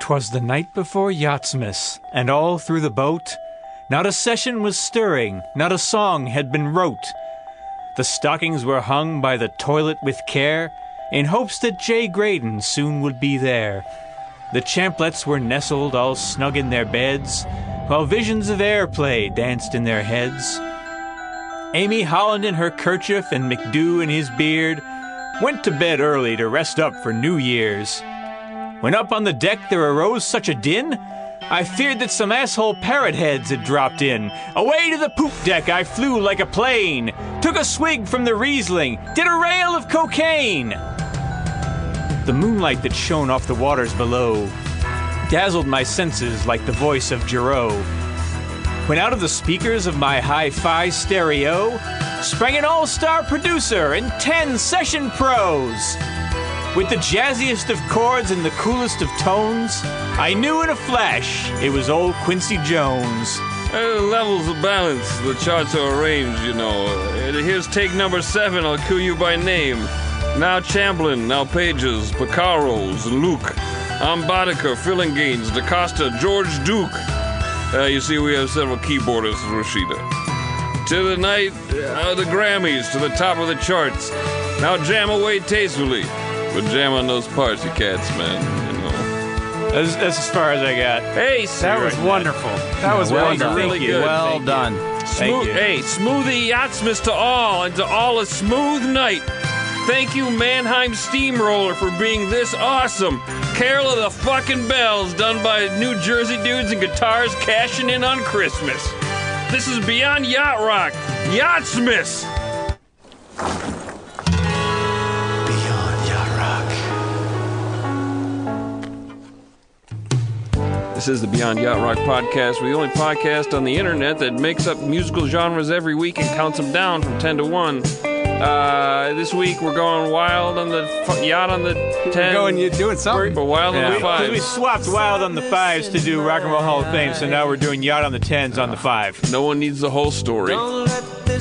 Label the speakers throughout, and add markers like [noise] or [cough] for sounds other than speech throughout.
Speaker 1: 'Twas the night before Yachtsmas, and all through the boat Not a session was stirring, not a song had been wrote. The stockings were hung by the toilet with care, in hopes that J. Graydon soon would be there. The champlets were nestled all snug in their beds, while visions of airplay danced in their heads. Amy Holland in her kerchief and McDew in his beard went to bed early to rest up for New Year's. When up on the deck there arose such a din, I feared that some asshole parrot heads had dropped in. Away to the poop deck I flew like a plane, took a swig from the Riesling, did a rail of cocaine. The moonlight that shone off the waters below dazzled my senses like the voice of Giraud. When out of the speakers of my hi fi stereo sprang an all star producer and 10 session pros. With the jazziest of chords and the coolest of tones, I knew in a flash it was old Quincy Jones.
Speaker 2: Uh, levels of balance, the charts are arranged, you know. Uh, here's take number seven, I'll cue you by name. Now Champlin, now Pages, Picaros, Luke, Ambadiker, Fillinganes, DaCosta, George Duke. Uh, you see, we have several keyboardists, Rashida. To the night, uh, the Grammys, to the top of the charts. Now jam away tastefully. But jam on those parts, you cats, man. You know.
Speaker 1: That's, that's as far as I got.
Speaker 2: Hey,
Speaker 3: That was
Speaker 2: cigarette.
Speaker 3: wonderful. That was
Speaker 1: well
Speaker 3: wonderful.
Speaker 1: done.
Speaker 2: Really
Speaker 1: Thank you.
Speaker 2: good.
Speaker 4: Well
Speaker 2: Thank you.
Speaker 4: done.
Speaker 1: Thank
Speaker 2: Smooth,
Speaker 1: you.
Speaker 2: hey, smoothie yachtsmas to all, and to all a smooth night. Thank you, Mannheim Steamroller, for being this awesome. Carol of the fucking Bells, done by New Jersey dudes and guitars cashing in on Christmas. This is Beyond Yacht Rock, Yachtsmas. This is the Beyond Yacht Rock podcast. We're the only podcast on the internet that makes up musical genres every week and counts them down from 10 to 1. Uh, this week we're going wild on the f- yacht on the 10.
Speaker 3: Going, you're doing something.
Speaker 2: We're wild on the
Speaker 1: Because we
Speaker 2: 5.
Speaker 1: swapped Wild on the fives to do Rock and Roll Hall of Fame, so now we're doing Yacht on the tens on the five.
Speaker 2: No one needs the whole story.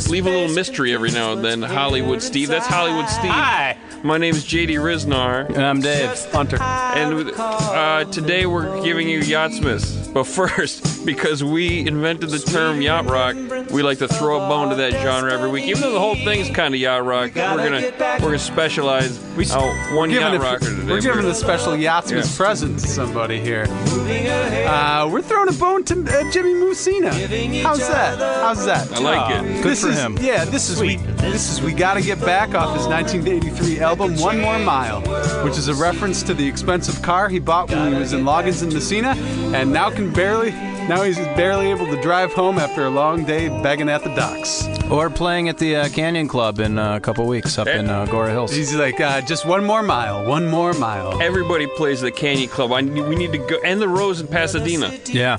Speaker 2: Leave a little mystery every now and then. Hollywood Steve. That's Hollywood Steve.
Speaker 1: Hi.
Speaker 2: My name is JD Riznar,
Speaker 4: And I'm Dave.
Speaker 3: Hunter.
Speaker 2: and uh, today we're giving you Yachtsmiths. But first, [laughs] because we invented the term yacht rock, we like to throw a bone to that genre every week. Even though the whole thing's kind of yacht rock, we're gonna we're gonna specialize
Speaker 3: We s-
Speaker 2: on one
Speaker 3: We're
Speaker 2: yacht
Speaker 3: giving, a,
Speaker 2: rocker today.
Speaker 3: we're giving a special yachtsman's
Speaker 2: Yeah.
Speaker 3: present to somebody here. Uh, we're throwing a bone to uh, Jimmy Musina. How's that? How's that?
Speaker 2: I like it.
Speaker 4: Good
Speaker 3: this
Speaker 4: for
Speaker 3: is,
Speaker 4: him.
Speaker 3: Yeah, this is we. This is we got to get back off his 1983 album One More Mile, which is a reference to the expensive car he bought when he was in Loggins in Messina, and now can barely. Now he's barely able to drive home after a long day begging at the docks.
Speaker 4: Or playing at the uh, Canyon Club in uh, a couple weeks up in uh, Gora Hills.
Speaker 3: He's like, uh, just one more mile, one more mile.
Speaker 2: Everybody plays the Canyon Club. I, we need to go and the Rose in Pasadena.
Speaker 4: Yeah,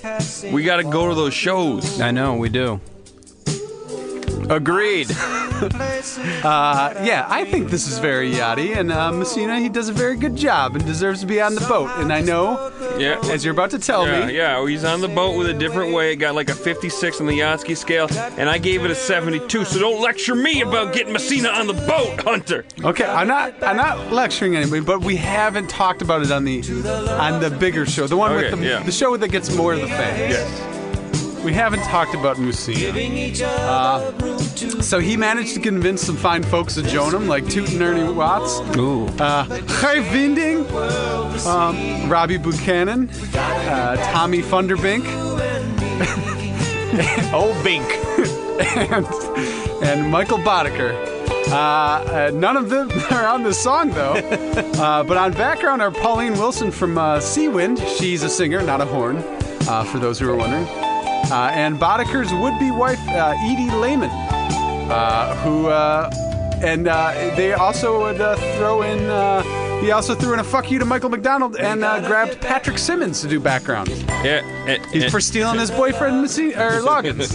Speaker 2: We got to go to those shows.
Speaker 4: I know, we do.
Speaker 2: Agreed.
Speaker 3: [laughs] Uh, yeah, I think this is very yachty, and uh, Messina, he does a very good job and deserves to be on the boat. And I know,
Speaker 2: Yeah.
Speaker 3: as you're about to tell
Speaker 2: Yeah,
Speaker 3: me,
Speaker 2: yeah. He's on the boat with a different way. It got like a 56 on the Yatsky scale, and I gave it a 72. So don't lecture me about getting Messina on the boat, Hunter.
Speaker 3: Okay, I'm not I'm not lecturing anybody, but we haven't talked about it on the on the bigger show, the one
Speaker 2: Okay,
Speaker 3: with the,
Speaker 2: yeah.
Speaker 3: the show that gets more of the fans. We haven't talked about Musina. Uh, so he managed to convince some fine folks to join him, like Toot and Ernie Watts,
Speaker 4: Ooh.
Speaker 3: uh, Kai Vinding, um, Robbie Buchanan, uh, Tommy Funderbink,
Speaker 1: Old Bink.
Speaker 3: and, and Michael Boddicker. Uh, uh, none of them [laughs] are on this song, though. uh, but on background are Pauline Wilson from uh, Seawind. She's a singer, not a horn, uh, for those who are wondering. Uh, and Boddicker's would be wife, uh, Edie Lehman, uh, who. Uh, and uh, they also would uh, throw in. Uh, he also threw in a fuck you to Michael McDonald and uh, grabbed Patrick Simmons to do background.
Speaker 2: Yeah. [laughs]
Speaker 3: He's for stealing his boyfriend, Messina, or Loggins.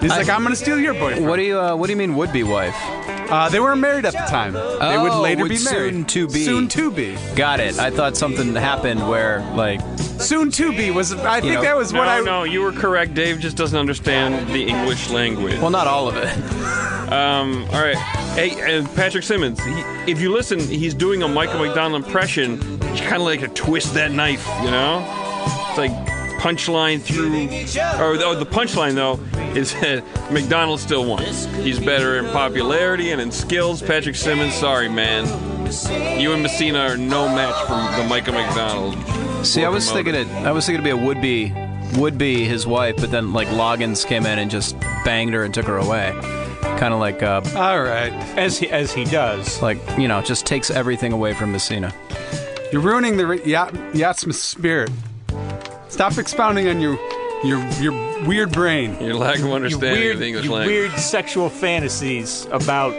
Speaker 3: He's
Speaker 4: I-
Speaker 3: like, I'm gonna steal your boyfriend.
Speaker 4: What do you uh, What do you mean would be wife?
Speaker 3: Uh, they weren't married at the time. they would
Speaker 4: Oh,
Speaker 3: later
Speaker 4: would
Speaker 3: be married.
Speaker 4: soon to be.
Speaker 3: Soon to be.
Speaker 4: Got it. I thought something happened where like
Speaker 3: Soon to be was. I think
Speaker 4: know,
Speaker 3: that was
Speaker 2: No,
Speaker 3: what I.
Speaker 2: no, you were correct. Dave just doesn't understand the English language.
Speaker 4: well not all of it.
Speaker 2: Um, all right. Hey, uh, Patrick Simmons, he, if you listen, he's doing a Michael McDonald impression. It's kind of like a twist that knife, you know? It's like punchline through. Or oh, the punchline, though, is that McDonald still wins. He's better in popularity and in skills. Patrick Simmons, sorry, man. You and Messina are no match for the Michael McDonald.
Speaker 4: See, I was thinking it. I was thinking it'd be a would be would be his wife, but then like Loggins came in and just banged her and took her away. Kind of like uh,
Speaker 3: All right,
Speaker 1: As he, as he does.
Speaker 4: like you know just takes everything away from Messina.
Speaker 3: you're ruining the re- yacht, yachtsman spirit. Stop expounding on your your your weird brain. [laughs]
Speaker 2: Your lack of
Speaker 1: You
Speaker 2: understanding
Speaker 1: weird,
Speaker 2: of the English
Speaker 1: you
Speaker 2: language.
Speaker 1: weird sexual fantasies about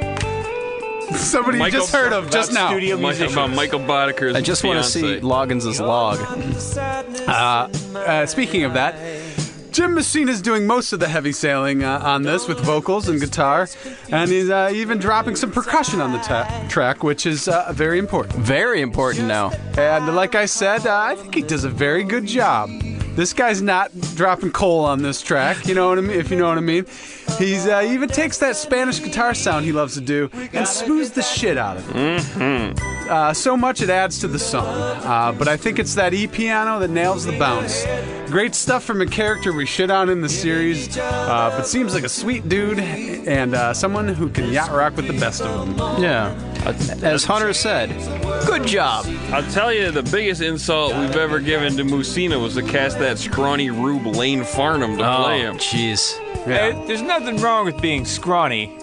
Speaker 3: Somebody you
Speaker 2: Michael-
Speaker 3: just heard of just
Speaker 1: about
Speaker 3: now.
Speaker 1: studio
Speaker 2: Mi-
Speaker 1: musicians.
Speaker 2: about Michael Boddicker.
Speaker 4: I just want to see Loggins' log.
Speaker 3: Uh, uh, speaking of that, Jim Messina is doing most of the heavy sailing uh, on this with vocals and guitar, and he's uh, even dropping some percussion on the ta- track, which is uh, very important.
Speaker 4: Very important now.
Speaker 3: And like I said, uh, I think he does a very good job. This guy's not dropping coal on this track, you know what I mean? If you know what I mean, he's uh, even takes that Spanish guitar sound he loves to do and smooths the shit out of it. Uh, so much it adds to the song, uh, but I think it's that E piano that nails the bounce. Great stuff from a character we shit on in the series, uh, but seems like a sweet dude and uh, someone who can yacht rock with the best of them.
Speaker 4: Yeah. As Hunter said, good job.
Speaker 2: I'll tell you, the biggest insult we've ever given to Musina was to cast that scrawny rube Lane Farnham to play
Speaker 3: Oh.
Speaker 2: him.
Speaker 4: Oh, jeez.
Speaker 1: Hey, there's nothing wrong with being scrawny.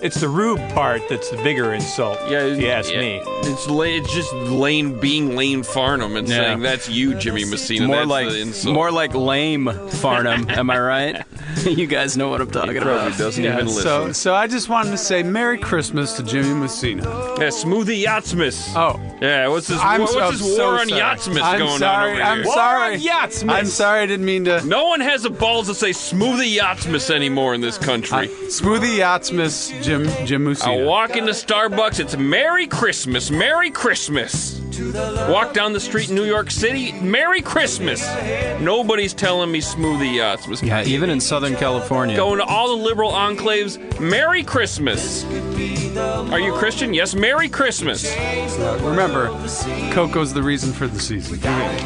Speaker 1: It's the rube part that's the bigger insult. if you ask
Speaker 2: yeah.
Speaker 1: me.
Speaker 2: It's, La- it's just Lane being Lane Farnham and
Speaker 4: Yeah.
Speaker 2: saying, that's you, Jimmy Messina.
Speaker 4: More
Speaker 2: that's
Speaker 4: like
Speaker 2: the insult.
Speaker 4: more like lame
Speaker 2: [laughs]
Speaker 4: Farnham. am I right? [laughs] you guys know what I'm talking
Speaker 2: Probably
Speaker 4: about.
Speaker 2: doesn't even
Speaker 3: So,
Speaker 2: listen.
Speaker 3: so I just wanted to say Merry Christmas to Jimmy Messina.
Speaker 2: yeah, Smoothie Yachtsmas.
Speaker 3: Oh,
Speaker 2: Yeah, what's this,
Speaker 3: I'm
Speaker 2: what's
Speaker 3: so,
Speaker 2: this
Speaker 3: so
Speaker 2: war on
Speaker 3: sorry.
Speaker 2: Yachtsmas
Speaker 3: I'm
Speaker 2: going
Speaker 3: sorry,
Speaker 2: on over
Speaker 3: I'm
Speaker 2: here?
Speaker 1: War
Speaker 3: sorry.
Speaker 1: on Yachtsmas.
Speaker 3: I'm sorry I didn't mean to.
Speaker 2: No one has the balls to say Smoothie Yachtsmas anymore in this
Speaker 3: Uh,
Speaker 2: country.
Speaker 3: Smoothie Yachtsmas Jim Jim
Speaker 2: I
Speaker 3: Messina.
Speaker 2: walk into Starbucks, it's Merry Christmas, Merry Christmas. Walk down the street in New York City, Merry Christmas. Nobody's telling me smoothie yachts was
Speaker 4: Yeah, even in Southern California.
Speaker 2: going to all the liberal enclaves, Merry Christmas. Are you Christian? Yes, Merry Christmas.
Speaker 3: Remember, Coco's the reason for the season.
Speaker 2: Gotta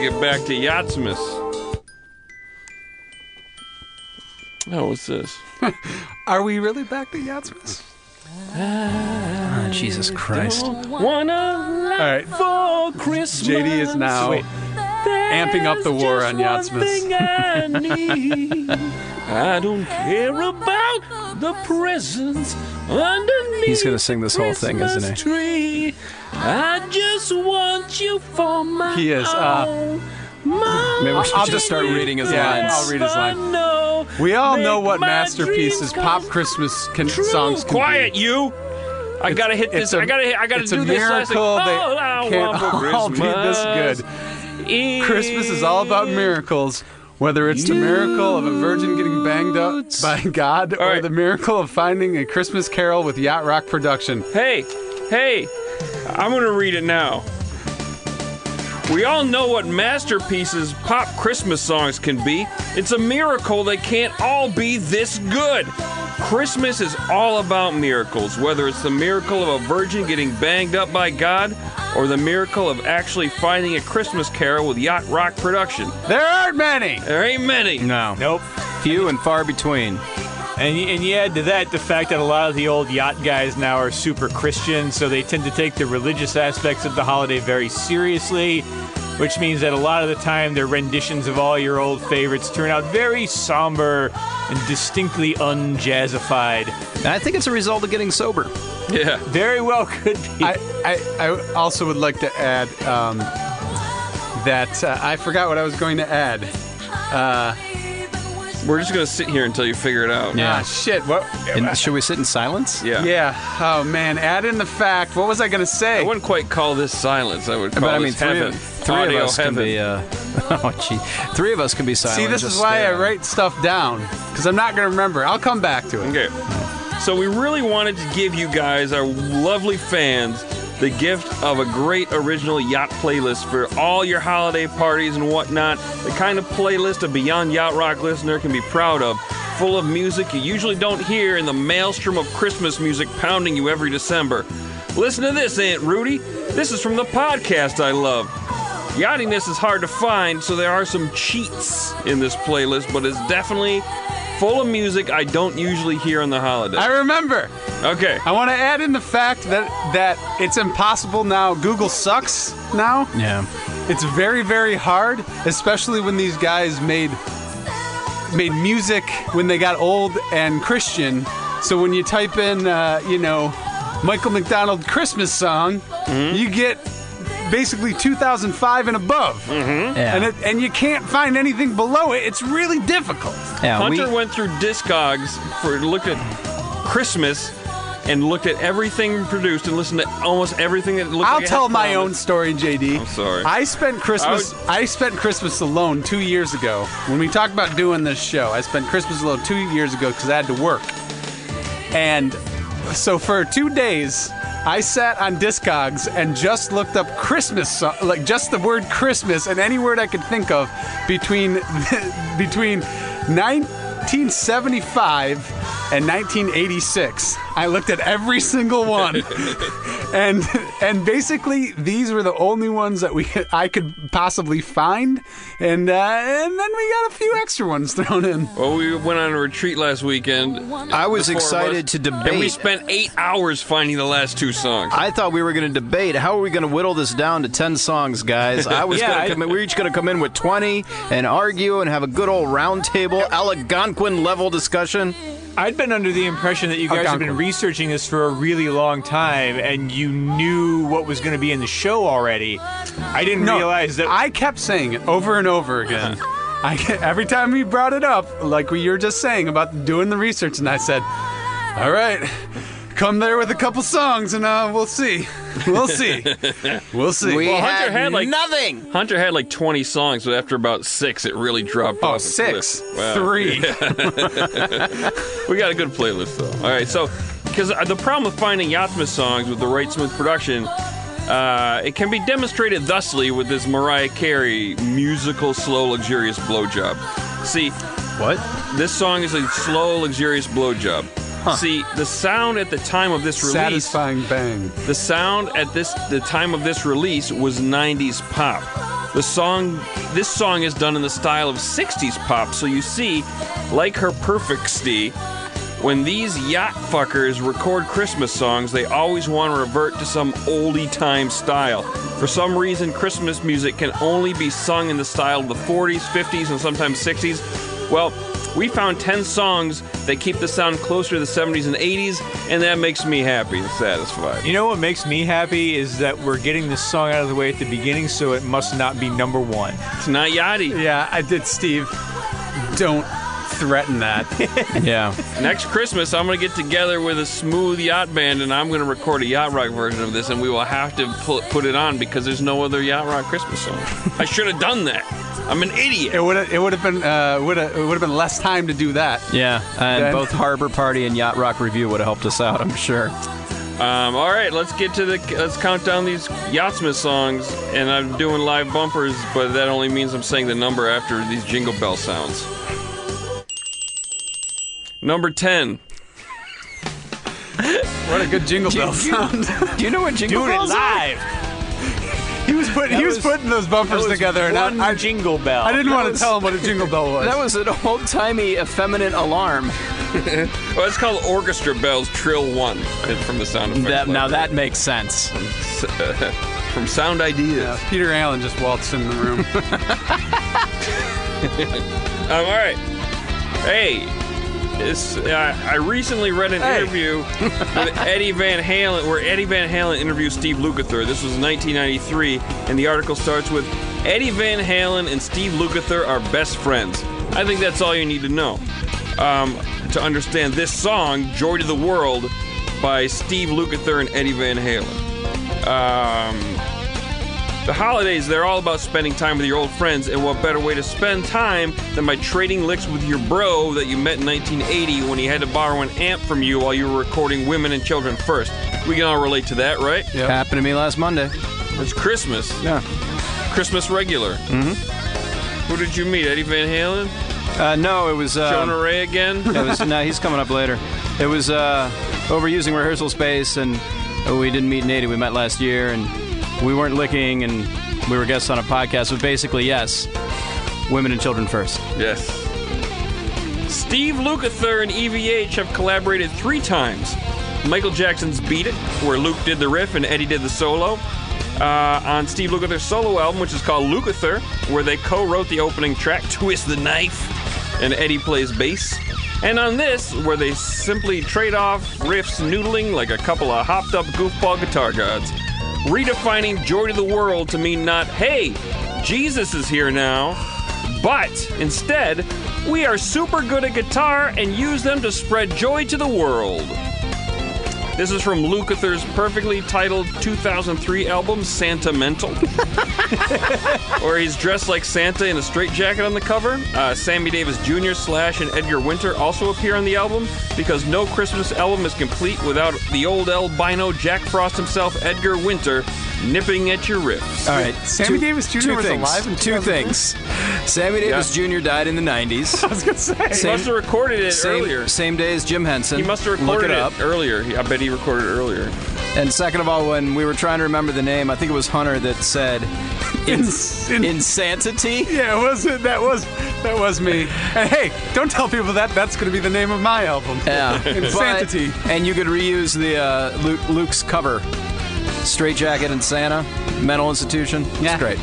Speaker 2: get back to Yachtsmas. Oh, what's this?
Speaker 3: Are we really back to Yachtsmas?
Speaker 4: Ah, Jesus Christ.
Speaker 2: Wanna
Speaker 3: All right.
Speaker 2: for Christmas.
Speaker 3: JD is now
Speaker 1: Sweet.
Speaker 3: amping up the war on Yachtsmas.
Speaker 2: I
Speaker 3: [laughs]
Speaker 2: need. I don't care about the presents underneath.
Speaker 4: He's gonna sing this whole thing, isn't he?
Speaker 2: Christmas Tree. I just want you for my
Speaker 3: He is, uh, [laughs]
Speaker 2: own. My
Speaker 4: Maybe we should
Speaker 3: I'll
Speaker 4: just
Speaker 3: just
Speaker 4: start
Speaker 3: read-
Speaker 4: reading his
Speaker 3: yeah,
Speaker 4: lines.
Speaker 3: I'll read his line.
Speaker 2: I know.
Speaker 3: We all
Speaker 2: Make
Speaker 3: know what
Speaker 2: my
Speaker 3: masterpieces
Speaker 2: dreams come
Speaker 3: pop Christmas can,
Speaker 2: true.
Speaker 3: songs can
Speaker 2: Quiet,
Speaker 3: be.
Speaker 2: you. I gotta hit
Speaker 3: it's
Speaker 2: this.
Speaker 3: a-
Speaker 2: I gotta. hit- I gotta
Speaker 3: it's
Speaker 2: do
Speaker 3: a
Speaker 2: this. last thing.
Speaker 3: miracle they
Speaker 2: All I want
Speaker 3: can't
Speaker 2: for
Speaker 3: [laughs] all be this good.
Speaker 2: is
Speaker 3: Christmas is all about miracles. Whether it's the miracle of a virgin getting banged up by God or
Speaker 2: right.
Speaker 3: the miracle of finding a Christmas carol with Yacht Rock production.
Speaker 2: Hey, hey, I'm gonna read it now. We all know what masterpieces pop Christmas songs can be. It's a miracle they can't all be this good. Christmas is all about miracles, whether it's the miracle of a virgin getting banged up by God or the miracle of actually finding a Christmas carol with Yacht Rock production.
Speaker 3: There aren't many!
Speaker 2: There ain't many.
Speaker 4: No.
Speaker 1: Nope.
Speaker 4: Few and far between.
Speaker 1: And you, and you add to that the fact that a lot of the old yacht guys now are super Christian, so they tend to take the religious aspects of the holiday very seriously, which means that a lot of the time their renditions of all your old favorites turn out very somber and distinctly unjazzified.
Speaker 4: And I think it's a result of getting sober.
Speaker 2: Yeah.
Speaker 1: Very well could be.
Speaker 3: I, I, I also would like to add um, that uh, I forgot what I was going to add.
Speaker 2: We're just gonna sit here until you figure it out.
Speaker 4: Yeah.
Speaker 3: Ah, shit. What?
Speaker 4: And should we sit in silence?
Speaker 2: Yeah.
Speaker 3: Yeah. Oh, man. Add in the fact. What was I going to
Speaker 2: I
Speaker 3: say?
Speaker 2: wouldn't quite call this silence. I would call
Speaker 4: But I mean,
Speaker 2: this
Speaker 4: three,
Speaker 2: heaven.
Speaker 4: of, three
Speaker 2: Audio
Speaker 4: of us
Speaker 2: heaven.
Speaker 4: can be uh, [laughs] Oh, gee. Three of us can be silent.
Speaker 3: See, this
Speaker 4: just
Speaker 3: is why
Speaker 4: stare.
Speaker 3: I write stuff down because I'm not going to remember. I'll come back to it.
Speaker 2: Okay. So we really wanted to give you guys, our lovely fans, the gift of a great original yacht playlist for all your holiday parties and whatnot. The kind of playlist a Beyond Yacht Rock listener can be proud of. Full of music you usually don't hear in the maelstrom of Christmas music pounding you every December. Listen to this, Aunt Rudy. This is from the podcast I love. Yachtiness is hard to find, so there are some cheats in this playlist, but it's definitely full of music I don't usually hear on the holiday.
Speaker 3: I remember.
Speaker 2: Okay.
Speaker 3: I want to add in the fact that that it's impossible now. Google sucks now.
Speaker 4: Yeah.
Speaker 3: It's very very hard, especially when these guys made made music when they got old and Christian. So when you type in, uh, you know, Michael McDonald Christmas song, you get basically 2005 and above,
Speaker 4: Yeah.
Speaker 3: and it, and you can't find anything below it. It's really difficult.
Speaker 4: yeah we,
Speaker 2: Hunter went through Discogs for looked at Christmas and looked at everything produced and listened to almost everything that looked
Speaker 3: I'll
Speaker 2: like it
Speaker 3: tell
Speaker 2: had
Speaker 3: my own
Speaker 2: promise.
Speaker 3: story, JD.
Speaker 2: I'm sorry.
Speaker 3: I spent Christmas.
Speaker 2: I
Speaker 3: I, spent Christmas alone two years ago. When we talked about doing this show, I spent Christmas alone two years ago because I had to work. And so for two days, I sat on Discogs and just looked up Christmas, so- like just the word Christmas and any word I could think of between [laughs] between 1975 and 1986. I looked at every single one, and and basically these were the only ones that we I could possibly find, and uh, and then we got a few extra ones thrown in.
Speaker 2: Well, we went on a retreat last weekend.
Speaker 4: I was
Speaker 2: the four of
Speaker 4: excited
Speaker 2: us,
Speaker 4: to debate.
Speaker 2: And we spent eight hours finding the last two songs.
Speaker 4: I thought we were going to debate how are we going to whittle this down to 10 songs, guys. I was
Speaker 1: Yeah,
Speaker 4: going
Speaker 1: I-
Speaker 4: to come in, we are each going to come in with 20 and argue and have a good old round table, Algonquin level discussion.
Speaker 1: I'd been under the impression that you guys have been
Speaker 3: Algonquin.
Speaker 1: researching this for a really long time and you knew what was going to be in the show already. I didn't realize that.
Speaker 3: I kept saying it over and over again. I every time we brought it up, like we were just saying about doing the research, and I said, "All right, come there with a couple songs, and uh, we'll see, we'll see, we'll see."
Speaker 4: We
Speaker 2: Well, Hunter
Speaker 4: had,
Speaker 2: had, like-
Speaker 4: nothing.
Speaker 2: Hunter had like 20 songs, but after about six, it really dropped
Speaker 3: Oh,
Speaker 2: off. a cliff.
Speaker 3: six,
Speaker 2: Wow.
Speaker 3: three.
Speaker 2: [laughs] We got a good playlist though. All right, so because the problem with finding Yatsmith songs with the right Smith production, uh, it can be demonstrated thusly with this Mariah Carey musical slow luxurious blowjob. See,
Speaker 4: What?
Speaker 2: this song is a slow luxurious blowjob. See, the sound at the time of this release,
Speaker 3: Satisfying bang.
Speaker 2: the sound at this the time of this release was 90s pop. The song this song is done in the style of 60s pop, so you see, like her perfecty, when these yacht fuckers record Christmas songs, they always want to revert to some oldie time style. For some reason, Christmas music can only be sung in the style of the 40s, 50s, and sometimes 60s. Well, we found 10 songs that keep the sound closer to the 70s and 80s, and that makes me happy and satisfied.
Speaker 1: you know what makes me happy is that we're getting this song out of the way at the beginning, so it must not be number one.
Speaker 2: It's not Yachty.
Speaker 3: Yeah, I did, Steve. Don't threaten that.
Speaker 4: Yeah.
Speaker 2: Next Christmas, I'm going to get together with a smooth yacht band and I'm going to record a yacht rock version of this, and we will have to pu- put it on because there's no other yacht rock Christmas song. I should have done that. I'm an
Speaker 3: It
Speaker 2: idiot.
Speaker 3: would have. It would have been. Uh, would have. It would have been less time to do that.
Speaker 4: Yeah. And
Speaker 3: Then-
Speaker 4: both Harbor Party and Yacht Rock Review would have helped us out, I'm sure.
Speaker 2: Um, all right, let's get to the let's count down these Yachtsmith songs, and I'm doing live bumpers, but that only means I'm saying the number after these jingle bell sounds. Number ten.
Speaker 3: What a good jingle bell
Speaker 4: Jing-
Speaker 3: sound. [laughs]
Speaker 4: Do you know what Jingle
Speaker 1: Doing it
Speaker 4: Bells are?
Speaker 1: live.
Speaker 3: he was putting. He was,
Speaker 4: was-
Speaker 3: putting those bumpers
Speaker 1: That was
Speaker 3: together, and
Speaker 1: one
Speaker 3: I, I,
Speaker 1: jingle bell.
Speaker 3: I didn't
Speaker 4: That
Speaker 3: want
Speaker 4: was-
Speaker 3: to tell him what a jingle
Speaker 4: [laughs]
Speaker 3: bell was.
Speaker 4: That was an old-timey effeminate alarm.
Speaker 2: Well, it's called Orchestra Bells Trill One from the sound effects.
Speaker 4: That, now
Speaker 2: library.
Speaker 4: that makes sense.
Speaker 2: [laughs] from Sound Ideas.
Speaker 3: Yeah, Peter Allen just waltzed in the room.
Speaker 2: Um, [laughs] all right. Hey, this, uh, I recently read an
Speaker 3: Hey.
Speaker 2: interview with Eddie Van Halen, where Eddie Van Halen interviewed Steve Lukather. This was 1993, and the article starts with Eddie Van Halen and Steve Lukather are best friends. I think that's all you need to know um, to understand this song, "Joy to the World," by Steve Lukather and Eddie Van Halen. Um, The holidays, they're all about spending time with your old friends, and what better way to spend time than by trading licks with your bro that you met in 1980 when he had to borrow an amp from you while you were recording Women and Children First. We can all relate to that, right?
Speaker 3: Yep.
Speaker 4: Happened to me last Monday.
Speaker 2: It's Christmas.
Speaker 4: Yeah.
Speaker 2: Christmas regular. Mm-hmm. Who did you meet? Eddie Van Halen?
Speaker 4: Uh, no, it was. Uh,
Speaker 2: Jonah Ray again?
Speaker 4: It was no, he's coming up later. It was uh, overusing rehearsal space, and uh, we didn't meet in '80. We met last year, and we weren't licking, and we were guests on a podcast. But basically, yes, women and children first.
Speaker 2: yes. Steve Lukather and EVH have collaborated three times. Michael Jackson's Beat It, where Luke did the riff and Eddie did the solo. Uh, on Steve Lukather's solo album, which is called Lukather, where they co wrote the opening track, Twist the Knife, and Eddie plays bass. And on this, where they simply trade off riffs noodling like a couple of hopped up goofball guitar gods, redefining joy to the world to mean not, hey, Jesus is here now, but instead, we are super good at guitar and use them to spread joy to the world. This is from Lukather's perfectly titled 2003 album, Santa Mental, where he's dressed like Santa in a straitjacket on the cover. Uh, Sammy Davis Jr. slash and Edgar Winter also appear on the album because no Christmas album is complete without the old albino Jack Frost himself, Edgar Winter, nipping at your riffs.
Speaker 4: All right,
Speaker 3: Sammy Davis Jr.
Speaker 4: two
Speaker 3: was
Speaker 4: things.
Speaker 3: alive in
Speaker 4: two
Speaker 3: 2003?
Speaker 4: things. Sammy Davis Jr. died in
Speaker 2: [laughs]
Speaker 4: the '90s.
Speaker 3: I was gonna say.
Speaker 2: He must have recorded it
Speaker 4: same,
Speaker 2: earlier.
Speaker 4: Same day as Jim Henson.
Speaker 2: He must have
Speaker 4: Look
Speaker 2: recorded
Speaker 4: it
Speaker 2: it,
Speaker 4: up.
Speaker 2: earlier. He- I bet he recorded it earlier.
Speaker 4: And second of all, when we were trying to remember the name, I think it was Hunter that said
Speaker 3: Ins- [laughs] in-
Speaker 4: insanity.
Speaker 3: yeah, it was that was that was me. And hey, don't tell people that. That's gonna be the name of my album.
Speaker 4: Yeah,
Speaker 3: Insanity.
Speaker 4: But- and you could reuse the uh, Luke, Luke's cover, Straight Jacket and Santa, Mental Institution.
Speaker 3: Yeah.
Speaker 4: It's great.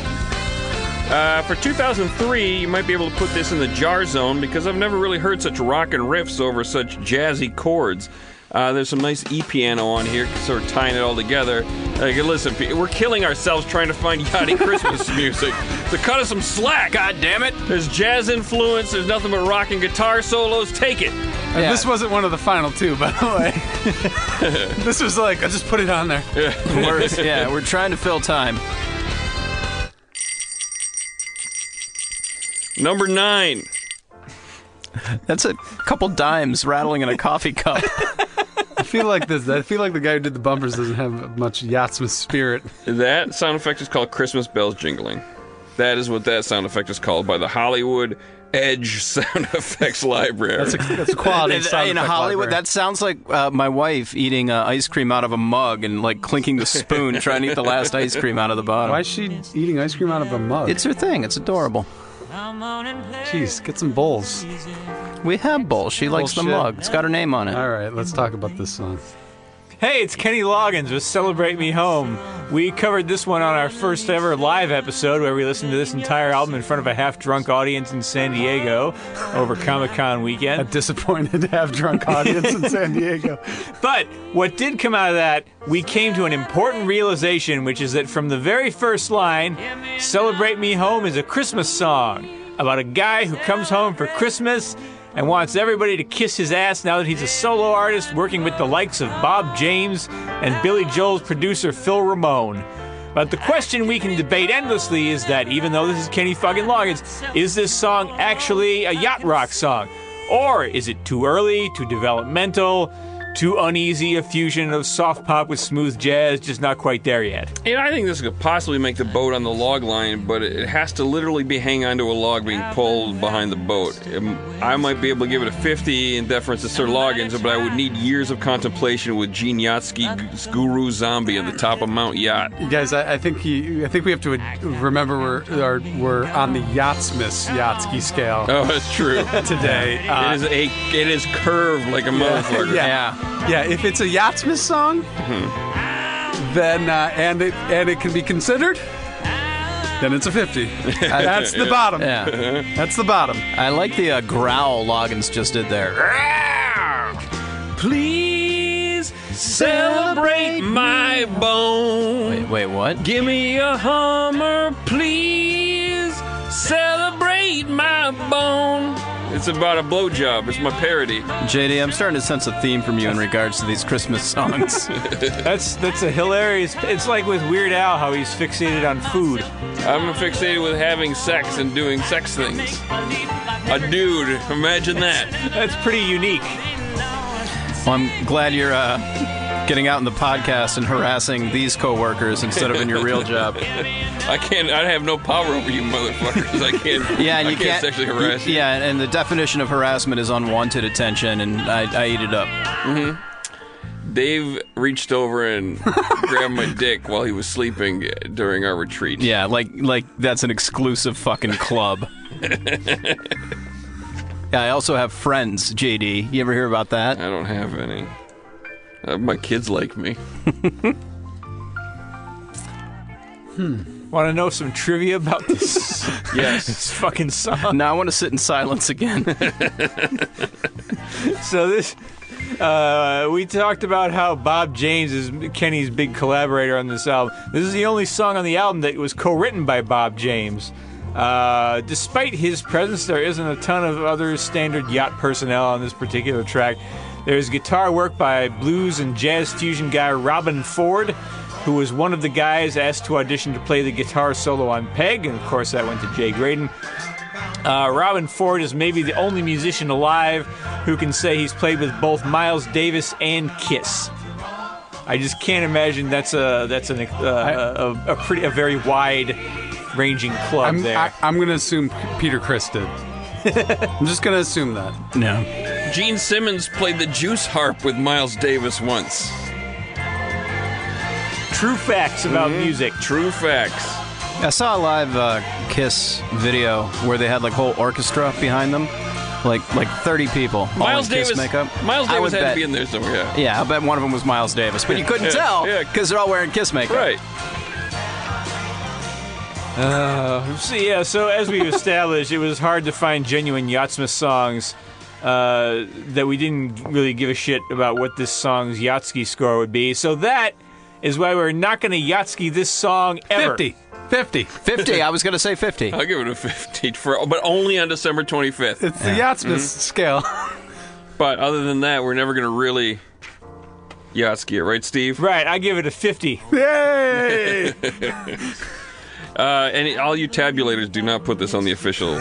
Speaker 2: Uh, for 2003, you might be able to put this in the jar zone because I've never really heard such rock and riffs over such jazzy chords. Uh, there's some nice E piano on here, sort of tying it all together. Like, listen, pe- we're killing ourselves trying to find [laughs] Yachty Christmas music. So cut us some slack. God damn it. There's jazz influence. There's nothing but rock and guitar solos. Take it.
Speaker 3: And
Speaker 4: Yeah.
Speaker 3: This wasn't one of the final two, by the way. [laughs] this was like I just put it on there.
Speaker 4: We're, [laughs] yeah, we're trying to fill time.
Speaker 2: Number nine.
Speaker 4: That's a couple dimes rattling in a
Speaker 3: [laughs]
Speaker 4: coffee cup.
Speaker 3: I feel like this. I feel like the guy who did the bumpers doesn't have much yachtsman spirit.
Speaker 2: That sound effect is called Christmas bells jingling. That is what that sound effect is called by the Hollywood Edge [laughs] Sound Effects Library.
Speaker 3: That's a, that's a quality
Speaker 4: in
Speaker 3: sound
Speaker 4: in
Speaker 3: effect
Speaker 4: Hollywood,
Speaker 3: library.
Speaker 4: that sounds like uh, my wife eating uh, ice cream out of a mug and like clinking the spoon, trying to eat the last ice cream out of the bottom.
Speaker 3: Why is she eating ice cream out of a mug?
Speaker 4: It's her thing. It's adorable.
Speaker 3: jeez. Get some bowls.
Speaker 4: We have bowl. She likes the
Speaker 3: Bullshit.
Speaker 4: mug. It's got her name on it.
Speaker 3: All right, let's talk about this song.
Speaker 1: Hey, it's Kenny Loggins with Celebrate Me Home. We covered this one on our first ever live episode where we listened to this entire album in front of a half drunk audience in San Diego over Comic Con weekend.
Speaker 3: A disappointed [laughs] half drunk audience in San Diego.
Speaker 1: But what did come out of that, we came to an important realization, which is that from the very first line, Celebrate Me Home is a Christmas song about a guy who comes home for Christmas and wants everybody to kiss his ass now that he's a solo artist working with the likes of Bob James and Billy Joel's producer Phil Ramone. But the question we can debate endlessly is that even though this is Kenny fucking Loggins, is this song actually a yacht rock song? Or is it too early, too developmental, too uneasy a fusion of soft pop with smooth jazz, just not quite there yet?
Speaker 2: And I think this could possibly make the boat on the log line, but it has to literally be hanging onto a log being pulled behind the boat. Um, I might be able to give it a 50 in deference to Sir Loggins, but I would need years of contemplation with Gene Yatsky's Guru Zombie at the top of Mount Yacht. [laughs]
Speaker 3: You guys, I, I think he, I think we have to ad- remember we're are, we're on the yachtsmith Yatsky scale
Speaker 2: Oh, that's true.
Speaker 3: [laughs] today. Uh,
Speaker 2: it is a it is curved like a motherfucker.
Speaker 3: yeah.
Speaker 4: Yeah.
Speaker 3: Yeah, if it's a Yachtsmith song, then uh, and it and it can be considered, then it's a fifty. That's the bottom.
Speaker 4: Yeah.
Speaker 3: [laughs] That's the bottom.
Speaker 4: I like the uh, growl Loggins just did there.
Speaker 2: Please celebrate my bone.
Speaker 4: Wait, wait, what?
Speaker 2: Give me a Hummer, please. Celebrate my bone. It's about a blowjob. It's my parody.
Speaker 4: JD, I'm starting to sense a theme from you in regards to these
Speaker 2: [laughs]
Speaker 4: Christmas songs.
Speaker 1: That's that's a hilarious. It's like with Weird Al how he's fixated on food.
Speaker 2: I'm fixated with having sex and doing sex things. A dude, imagine that.
Speaker 1: That's pretty unique.
Speaker 4: well, I'm glad you're uh, getting out in the podcast and harassing these coworkers instead of in your real
Speaker 2: [laughs]
Speaker 4: job.
Speaker 2: I can't. I have no power over you, motherfuckers. I can't.
Speaker 4: [laughs] Yeah, and
Speaker 2: I
Speaker 4: you
Speaker 2: can't, sexually harass you.
Speaker 4: Yeah, and the definition of harassment is unwanted attention, and I, I eat it up.
Speaker 2: Dave reached over
Speaker 4: [laughs]
Speaker 2: and grabbed my dick while he was sleeping during our retreat.
Speaker 4: Yeah, like like that's an exclusive
Speaker 2: [laughs]
Speaker 4: fucking club. yeah, I also have friends, JD. You ever hear about that?
Speaker 2: I don't have any. Uh, my kids like me.
Speaker 1: Want to know some trivia about this, [laughs]
Speaker 2: Yes.
Speaker 1: this fucking song?
Speaker 4: Now I want to sit in silence again.
Speaker 1: So this, uh, we talked about how Bob James is Kenny's big collaborator on this album. This is the only song on the album that was co-written by Bob James. Uh, despite his presence, there isn't a ton of other standard yacht personnel on this particular track. There's guitar work by blues and jazz fusion guy Robin Ford, who was one of the guys asked to audition to play the guitar solo on Peg, and of course that went to Jay Graydon. Uh, Robin Ford is maybe the only musician alive who can say he's played with both Miles Davis and Kiss. I just can't imagine that's a that's an, uh, a, a pretty a very wide ranging club
Speaker 3: I'm,
Speaker 1: there.
Speaker 3: I, I'm going to assume Peter Chris did. I'm just going to assume that.
Speaker 4: no.
Speaker 2: [laughs] Gene Simmons played the juice harp with Miles Davis once.
Speaker 1: True facts about
Speaker 3: Mm-hmm.
Speaker 1: music.
Speaker 2: True facts.
Speaker 4: I saw a live uh, Kiss video where they had like whole orchestra behind them, like like 30 people.
Speaker 2: Miles
Speaker 4: all in Kiss
Speaker 2: Davis.
Speaker 4: makeup.
Speaker 2: Miles
Speaker 4: I
Speaker 2: Davis
Speaker 4: would
Speaker 2: had
Speaker 4: bet-
Speaker 2: to be in there somewhere. Yeah.
Speaker 4: Yeah, I bet one of them was Miles Davis, but you couldn't
Speaker 2: Yeah,
Speaker 4: tell
Speaker 2: yeah.
Speaker 4: because they're all wearing Kiss makeup.
Speaker 2: Right.
Speaker 1: So yeah, so as
Speaker 3: [laughs]
Speaker 1: we established, it was hard to find genuine Yachtsmith songs uh, that we didn't really give a shit about what this song's Yatsky score would be. So that is why we're not going to Yatsky this song ever.
Speaker 3: 50. 50.
Speaker 4: 50. I was gonna say
Speaker 2: [laughs]
Speaker 4: 50.
Speaker 2: I'll give it a 50 for, but only on December 25th.
Speaker 3: It's the Yachtsmith scale.
Speaker 2: But other than that, we're never going to really Yatsky it, right, Steve?
Speaker 1: Right, I give it a 50.
Speaker 3: Yay!
Speaker 2: Uh, and all you tabulators, do not put this on the official.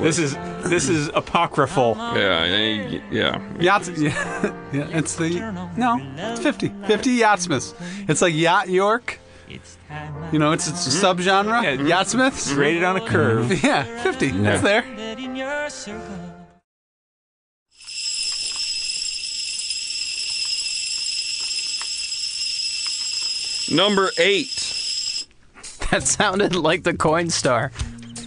Speaker 1: This is this is apocryphal.
Speaker 2: Yeah, eh, yeah.
Speaker 3: Yachts. [laughs] Yeah, yeah, it's the. No, it's 50. 50 Yachtsmiths. It's like Yacht York. You know, it's its subgenre.
Speaker 1: Yeah.
Speaker 3: Yachtsmiths.
Speaker 1: Rated on a curve.
Speaker 3: Yeah, 50. It's there.
Speaker 5: in your circle.
Speaker 2: Number eight.
Speaker 4: That sounded like the coin star.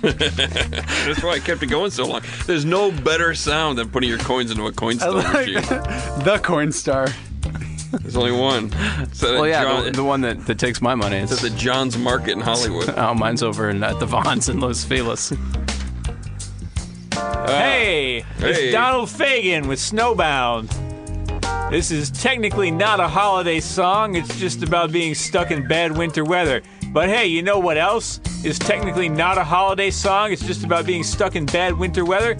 Speaker 2: That's why I kept it going so long. There's no better sound than putting your coins into a coin
Speaker 3: I
Speaker 2: store
Speaker 3: like
Speaker 2: machine.
Speaker 3: The Coin Star.
Speaker 2: There's only one. So
Speaker 4: Well, yeah, the,
Speaker 2: John,
Speaker 4: the one that, that takes my money. It's,
Speaker 2: that's at John's Market in [laughs] Hollywood.
Speaker 4: oh, mine's over in, at the Vons in Los Feliz.
Speaker 1: Hey,
Speaker 2: hey.
Speaker 1: it's Donald Fagen with Snowbound. This is technically not a holiday song, it's just about being stuck in bad winter weather. But hey, you know what else is technically not a holiday song? It's just about being stuck in bad winter weather.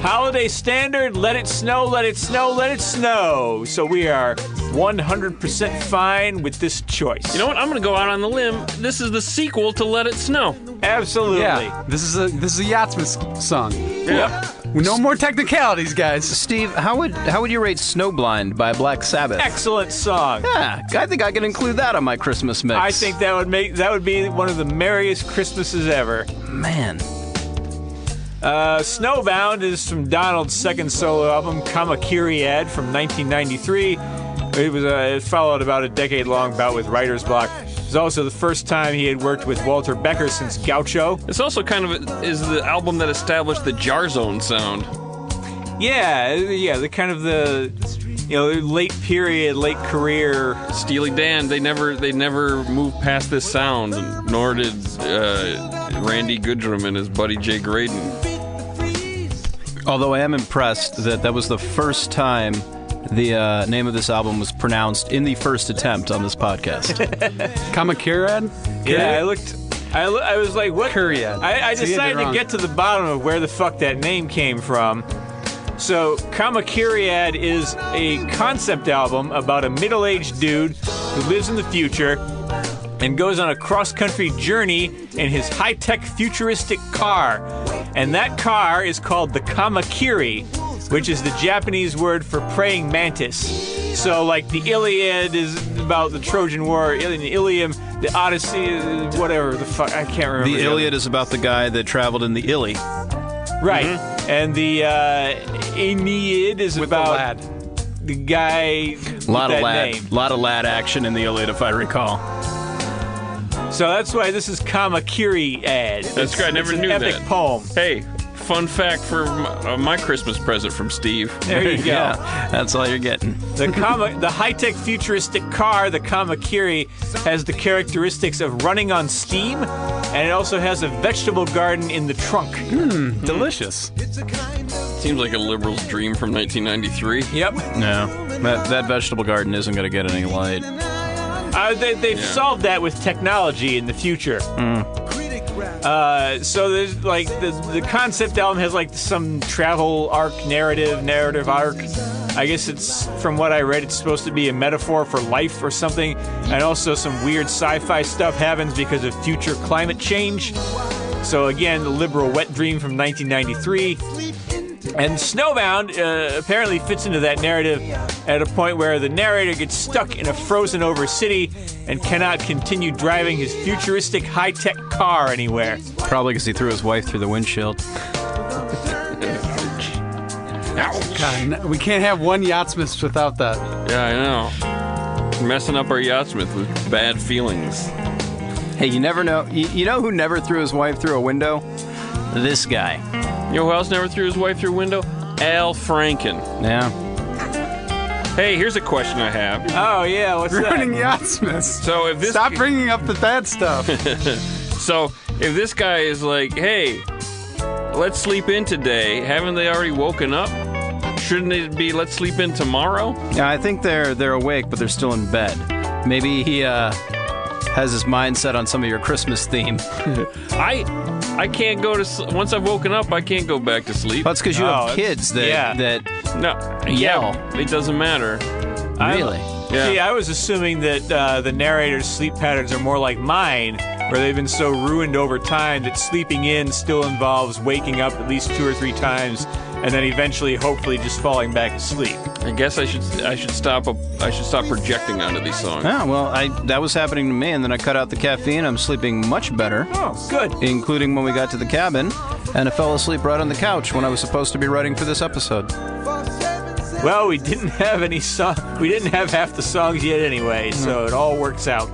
Speaker 1: Holiday standard, let it snow, let it snow, let it snow. So we are 100% fine with this choice.
Speaker 2: You know what? I'm going to go out on the limb. This is the sequel to Let It Snow.
Speaker 1: Absolutely.
Speaker 3: Yeah, this is a this is a Yachtsmith song.
Speaker 2: Yeah.
Speaker 3: No more technicalities, guys.
Speaker 4: Uh, Steve, how would how would you rate Snowblind by Black Sabbath?
Speaker 1: Excellent song.
Speaker 4: Yeah, I think I can include that on my Christmas mix.
Speaker 1: I think that would make that would be one of the merriest Christmases ever.
Speaker 4: man.
Speaker 1: Uh, Snowbound is from Donald's second solo album, Kamakiriad, from 1993. It was uh, it followed about a decade-long bout with writer's block. It was also the first time he had worked with Walter Becker since Gaucho.
Speaker 2: It's also kind of is the album that established the Jar Zone sound.
Speaker 1: Yeah, yeah, the kind of the you know late period, late career.
Speaker 2: Steely Dan, they never they never moved past this sound, nor did uh, Randy Goodrum and his buddy Jay Graydon.
Speaker 4: Although I am impressed that that was the first time the uh, name of this album was pronounced in the first attempt on this [laughs] podcast.
Speaker 3: Kamakirad?
Speaker 1: Yeah, I looked. I, lo- I was like, what?
Speaker 3: Kuriad.
Speaker 1: I, I
Speaker 3: See, I did
Speaker 1: decided to
Speaker 3: wrong.
Speaker 1: get to the bottom of where the fuck that name came from. So, Kamakiriad is a concept album about a middle aged dude who lives in the future and goes on a cross country journey in his high tech futuristic car. And that car is called the Kamakiri, which is the Japanese word for praying mantis. So, like, the Iliad is about the Trojan War, and the Ilium, the Odyssey, is whatever the fuck, I can't remember.
Speaker 4: The
Speaker 1: other-
Speaker 4: Iliad is about the guy that traveled in the Illy.
Speaker 1: Right. And the uh, Aeneid is about the guy. with
Speaker 4: A lot of
Speaker 1: that
Speaker 4: lad,
Speaker 1: Name.
Speaker 4: lot of lad action in the Iliad, if I recall.
Speaker 1: So that's why this is Kamakiri ad.
Speaker 2: That's great. I never
Speaker 1: it's an
Speaker 2: knew
Speaker 1: epic
Speaker 2: that.
Speaker 1: poem.
Speaker 2: Hey, fun fact for my, uh, my Christmas present from Steve.
Speaker 1: There you go.
Speaker 4: yeah, that's all you're getting.
Speaker 1: The Kama, the high-tech futuristic car, the Kamakiri, has the characteristics of running on steam, and it also has a vegetable garden in the trunk.
Speaker 3: Delicious.
Speaker 2: Seems like a liberal's dream from 1993.
Speaker 1: Yep.
Speaker 4: No, that, that vegetable garden isn't going to get any light.
Speaker 1: Uh, they, they've solved that with technology in the future. Uh, so there's like the, the concept album has like some travel arc, narrative, narrative arc. I guess it's from what I read, it's supposed to be a metaphor for life or something, and also some weird sci-fi stuff happens because of future climate change. So again, the liberal wet dream from 1993. And Snowbound uh, apparently fits into that narrative at a point where the narrator gets stuck in a frozen over city and cannot continue driving his futuristic high tech car anywhere.
Speaker 4: Probably because he threw his wife through the windshield.
Speaker 3: God, n- we can't have one yachtsmith without that.
Speaker 2: Yeah, I know. Messing up our yachtsmith with bad feelings.
Speaker 4: Hey, you never know. You, you know who never threw his wife through a window? This guy.
Speaker 2: You know who else never threw his wife through a window? Al Franken.
Speaker 4: Yeah.
Speaker 2: Hey, here's a question I have.
Speaker 1: Oh, yeah, what's
Speaker 3: Ruining
Speaker 1: that? [laughs]
Speaker 3: yachtsmiths.
Speaker 2: So if this
Speaker 3: Stop bringing up the bad stuff.
Speaker 2: so if this guy is like, hey, let's sleep in today, haven't they already woken up? Shouldn't it be let's sleep in tomorrow?
Speaker 4: Yeah, I think they're they're awake, but they're still in bed. Maybe he uh, has his mind set on some of your Christmas theme.
Speaker 2: I I can't go to s- once I've woken up, I can't go back to sleep.
Speaker 4: That's because you
Speaker 1: Oh,
Speaker 4: have kids that
Speaker 1: yeah.
Speaker 4: that
Speaker 2: No,
Speaker 4: Yell.
Speaker 2: yeah, it doesn't matter.
Speaker 4: really.
Speaker 2: Yeah.
Speaker 1: See, I was assuming that uh, the narrator's sleep patterns are more like mine, where they've been so ruined over time that sleeping in still involves waking up at least two or three times and then eventually, hopefully, just falling back asleep.
Speaker 2: I guess I should I should stop a, I should stop projecting onto these songs.
Speaker 4: Oh, well, I that was happening to me, and then I cut out the caffeine. I'm sleeping much better,
Speaker 1: Oh, good.
Speaker 4: including when we got to the cabin, and I fell asleep right on the couch when I was supposed to be writing for this episode.
Speaker 5: [laughs]
Speaker 1: Well, we didn't have any song. We didn't have half the songs yet, anyway, so it all works out.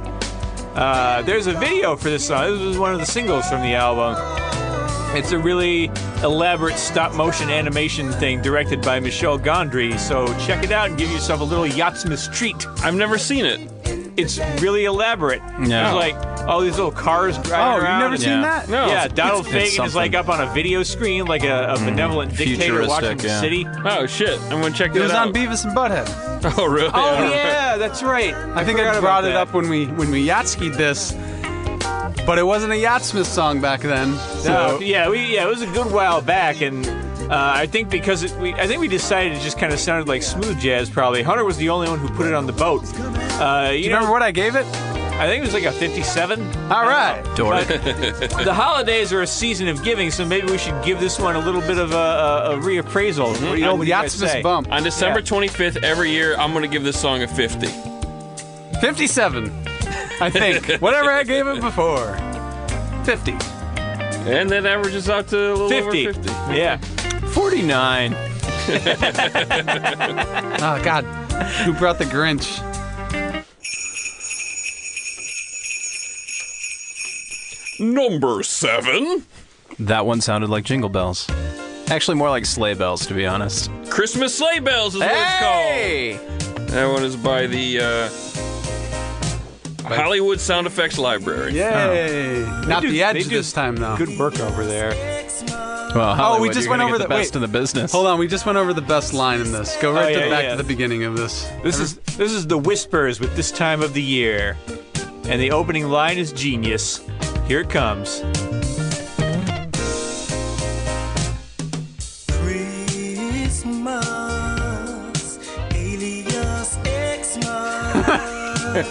Speaker 1: Uh, there's a video for this song. This was one of the singles from the album. It's a really elaborate stop motion animation thing directed by Michel Gondry. So check it out and give yourself a little yachtsmith treat.
Speaker 2: I've never seen it.
Speaker 1: It's really elaborate.
Speaker 4: Yeah.
Speaker 1: There's like all these little cars
Speaker 3: oh,
Speaker 1: driving
Speaker 3: you've
Speaker 1: around.
Speaker 3: never
Speaker 1: and-
Speaker 3: seen
Speaker 4: Yeah.
Speaker 3: that?
Speaker 2: No.
Speaker 1: yeah,
Speaker 2: it's-
Speaker 1: Donald
Speaker 4: it's
Speaker 1: Fagan is like
Speaker 4: something.
Speaker 1: up on a video screen, like a, a benevolent dictator watching
Speaker 4: Futuristic,
Speaker 1: the
Speaker 4: yeah.
Speaker 1: city.
Speaker 2: Oh shit! I'm gonna check
Speaker 3: It
Speaker 2: this
Speaker 3: was
Speaker 2: out.
Speaker 3: on Beavis and Butthead.
Speaker 2: [laughs] oh really?
Speaker 1: Oh yeah, that's right.
Speaker 3: I think I,
Speaker 1: forgot
Speaker 3: brought
Speaker 1: about
Speaker 3: it
Speaker 1: that.
Speaker 3: up when we when we yachtskied this, but it wasn't a yachtsmith song back then.
Speaker 1: No,
Speaker 3: So
Speaker 1: yeah, we yeah, it was a good while back, and uh, I think because it, we, I think we decided it just kind of sounded like smooth jazz. Probably Hunter was the only one who put it on the boat. Uh, you,
Speaker 3: you
Speaker 1: know,
Speaker 3: remember what I gave it?
Speaker 1: I think it was like a fifty-seven.
Speaker 3: All right.
Speaker 4: Dork.
Speaker 1: [laughs]
Speaker 4: [laughs]
Speaker 1: the holidays are a season of giving, so maybe we should give this one a little bit of a, a, a reappraisal.
Speaker 3: Mm-hmm.
Speaker 1: What do you, what do you guys say?
Speaker 3: Yachtsmith bump.
Speaker 2: On December
Speaker 1: Yeah.
Speaker 2: 25th every year, I'm gonna give this song a 50.
Speaker 3: 57, I [laughs] think. Whatever I gave it before. 50.
Speaker 2: And that averages out to a little
Speaker 1: Fifty.
Speaker 2: over 50.
Speaker 1: Yeah.
Speaker 4: 49.
Speaker 3: Oh, God. Who brought the Grinch?
Speaker 2: Number seven,
Speaker 4: That one sounded like jingle bells. Actually, more like sleigh bells, to be honest.
Speaker 2: Christmas sleigh bells is what it's called. That one is by the uh, Hollywood Sound Effects Library.
Speaker 3: Yay. Oh. Not
Speaker 1: They do-
Speaker 3: the edge
Speaker 1: they do
Speaker 3: this time, though.
Speaker 1: Good work over there.
Speaker 4: Well, Hollywood,
Speaker 3: Oh, just
Speaker 4: you're
Speaker 3: went
Speaker 4: gonna
Speaker 3: over
Speaker 4: get
Speaker 3: the-
Speaker 4: the best
Speaker 3: wait.
Speaker 4: in the business.
Speaker 3: Hold on, we just went over the best line in this. Go right
Speaker 1: Oh,
Speaker 3: to-
Speaker 1: yeah,
Speaker 3: back
Speaker 1: yeah.
Speaker 3: to the beginning of this.
Speaker 1: This is this is the whispers with this time of the year, and the opening line is genius. Here it comes.
Speaker 5: Christmas Xmas, alias Xmas.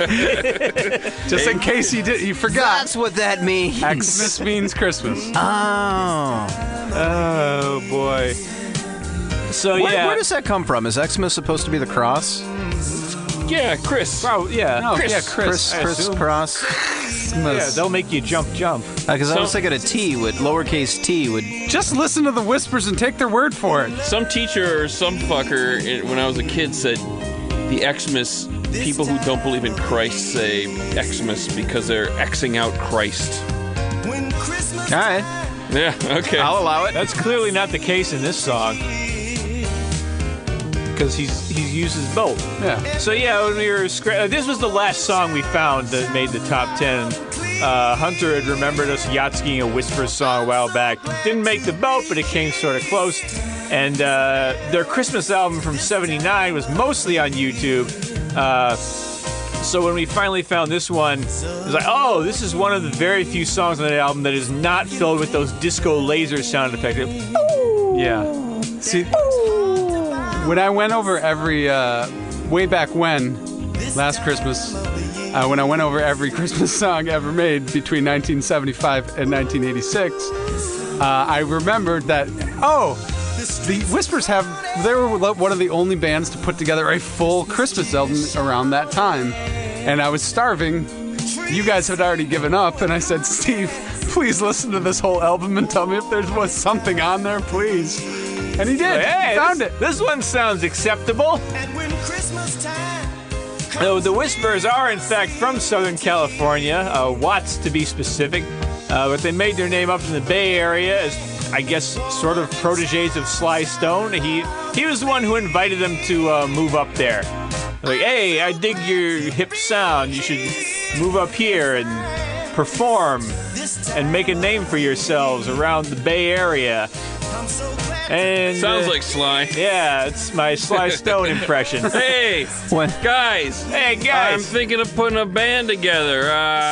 Speaker 3: Just in case you did, you forgot.
Speaker 6: That's what that means.
Speaker 3: [laughs] Xmas means Christmas.
Speaker 6: Oh.
Speaker 1: Oh boy. So
Speaker 4: Where,
Speaker 1: yeah.
Speaker 4: where does that come from? Is Xmas supposed to be the cross?
Speaker 2: Yeah, Chris.
Speaker 1: Oh yeah.
Speaker 3: Oh,
Speaker 1: Chris.
Speaker 3: yeah,
Speaker 4: Chris,
Speaker 3: Chris.
Speaker 1: I
Speaker 4: Chris
Speaker 1: assume.
Speaker 4: cross.
Speaker 1: Yeah, they'll make you jump, jump.
Speaker 4: Because Uh, I was
Speaker 2: So-
Speaker 4: thinking a T would lowercase T would.
Speaker 3: Just listen to the whispers and take their word for it.
Speaker 2: Some teacher or some fucker in- when I was a kid said the Xmas people who don't believe in Christ say Xmas because they're Xing out Christ. [laughs]
Speaker 5: when Christmas
Speaker 4: All right,
Speaker 2: Yeah, okay.
Speaker 4: I'll allow it.
Speaker 1: That's clearly not the case in this song. Because he's he uses both.
Speaker 3: Yeah.
Speaker 1: So yeah, when we were scra- uh, this was the last song we found that made the top ten. Uh, Hunter had remembered us Yatskiing a Whisper song a while back. Didn't make the boat, but it came sort of close. And uh, their Christmas album from '79 was mostly on YouTube. Uh, so when we finally found this one, it was like, oh, this is one of the very few songs on that album that is not filled with those disco laser sound effects.
Speaker 3: Yeah. See, when I went over every, uh, way back when, last Christmas, uh, when I went over every [laughs] Christmas song ever made between 1975 and 1986, uh, I remembered that, oh, the Whispers have, they were lo- one of the only bands to put together a full Christmas album around that time. And I was starving. You guys had already given up, and I said, Steve, please listen to this whole album and tell me if there's was something on there, please. And he did.
Speaker 1: Hey,
Speaker 3: He found
Speaker 1: this,
Speaker 3: it.
Speaker 1: This one sounds acceptable.
Speaker 5: and when Christmas time.
Speaker 1: Though the Whispers are, in fact, from Southern California, uh, Watts to be specific, uh, but they made their name up in the Bay Area as, I guess, sort of proteges of Sly Stone. He he was the one who invited them to uh, move up there. Like, hey, I dig your hip sound. You should move up here and perform and make a name for yourselves around the Bay Area.
Speaker 5: I'm so glad
Speaker 1: And
Speaker 2: Sounds
Speaker 1: uh,
Speaker 2: like Sly.
Speaker 1: yeah, it's my Sly Stone
Speaker 2: [laughs]
Speaker 1: impression.
Speaker 2: Hey,
Speaker 4: What?
Speaker 2: guys.
Speaker 1: hey
Speaker 2: I'm
Speaker 1: guys,
Speaker 2: thinking of putting a band together.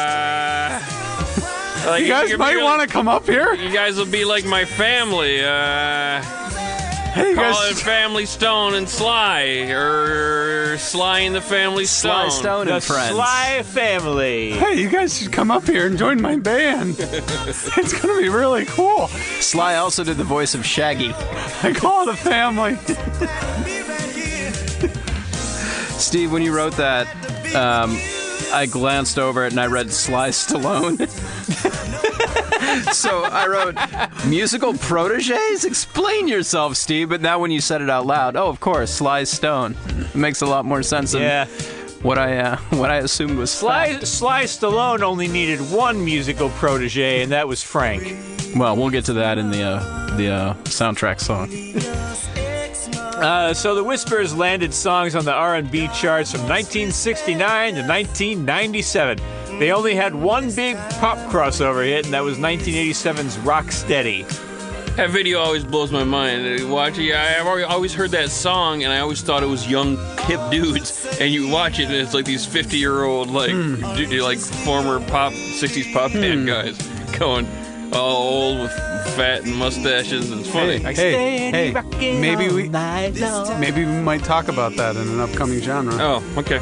Speaker 2: Uh, like,
Speaker 1: [laughs]
Speaker 3: You guys
Speaker 2: you're
Speaker 3: might
Speaker 2: gonna-
Speaker 3: want to come up here.
Speaker 2: You guys will be like my family. Uh,
Speaker 3: Hey, you
Speaker 2: call it
Speaker 3: guys.
Speaker 2: Family Stone and Sly, or Sly and the Family
Speaker 4: Sly
Speaker 2: Stone.
Speaker 4: Stone
Speaker 1: the
Speaker 4: and friends.
Speaker 1: Sly
Speaker 4: [laughs]
Speaker 1: family.
Speaker 3: Hey, you guys should come up here and join my band. it's gonna be really cool.
Speaker 4: Sly also did the voice of Shaggy.
Speaker 3: I call it a family.
Speaker 5: be right here.
Speaker 4: Steve, when you wrote that, um, I glanced over it and I read Sly [laughs] Stallone. so I wrote musical proteges. Explain yourself, Steve. But now when you said it out loud, oh, of course, Sly Stone. It makes a lot more sense than
Speaker 1: Yeah.
Speaker 4: what I uh, what I assumed was
Speaker 1: Sly, Sly Stallone only needed one musical protege, and that was Frank.
Speaker 4: Well, we'll get to that in the uh, the uh, soundtrack song.
Speaker 1: Uh, so the Whispers landed songs on the R&B charts from 1969 to 1997. They only had one big pop crossover hit, and that was 1987's "Rocksteady."
Speaker 2: That video always blows my mind. Uh, Watch it. I- I've alre- always heard that song, and I always thought it was young, hip dudes. And you watch it, and it's like these fifty-year-old, like,
Speaker 3: Hmm.
Speaker 2: du- like former pop '60s pop band guys going all old with fat and mustaches. It's funny.
Speaker 3: hey, hey. Maybe we, maybe we might talk about that in an upcoming genre.
Speaker 2: Oh, okay.
Speaker 4: Oh,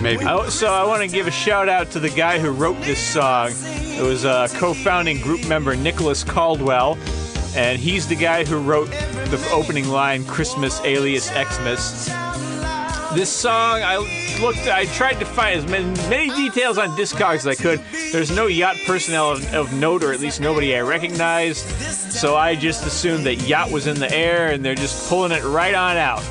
Speaker 1: [laughs]
Speaker 3: Maybe. Oh,
Speaker 1: I, Oh, so I want to give a shout out to the guy who wrote this song. It was uh, co-founding group member Nicholas Caldwell, and he's the guy who wrote the opening line "Christmas alias Xmas." This song, I looked, I tried to find as many, many details on Discogs as I could. There's no yacht personnel of, of note, or at least nobody I recognized. So I just assumed that yacht was in the air, and they're just pulling it right on out.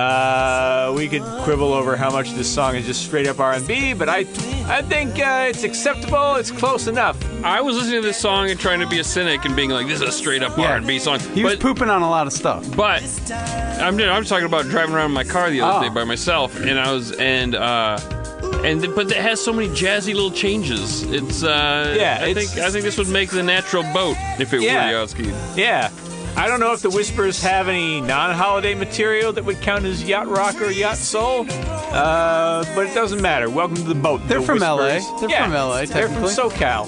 Speaker 1: Uh, we could quibble over how much this song is just straight up R&B, but I, I think uh, it's acceptable. It's close enough.
Speaker 2: I was listening to this song and trying to be a cynic and being like, "This is a straight up
Speaker 3: Yeah.
Speaker 2: R&B song."
Speaker 3: He was
Speaker 2: but,
Speaker 3: pooping on a lot of stuff.
Speaker 2: But I'm I'm talking about driving around in my car the other
Speaker 3: Oh.
Speaker 2: day by myself, and I was and uh and th- but it has so many jazzy little changes. It's uh
Speaker 1: Yeah,
Speaker 2: I
Speaker 1: it's-
Speaker 2: think I think this would make the natural boat if it
Speaker 1: Yeah.
Speaker 2: were Yatsky.
Speaker 1: Yeah. I don't know if the Whispers have any non-holiday material that would count as yacht rock or yacht soul, uh, but it doesn't matter. Welcome to the boat.
Speaker 3: They're
Speaker 1: the
Speaker 3: from LA.
Speaker 1: Whispers.
Speaker 3: They're
Speaker 1: Yeah,
Speaker 3: from LA,
Speaker 1: They're from
Speaker 3: technically.
Speaker 1: SoCal.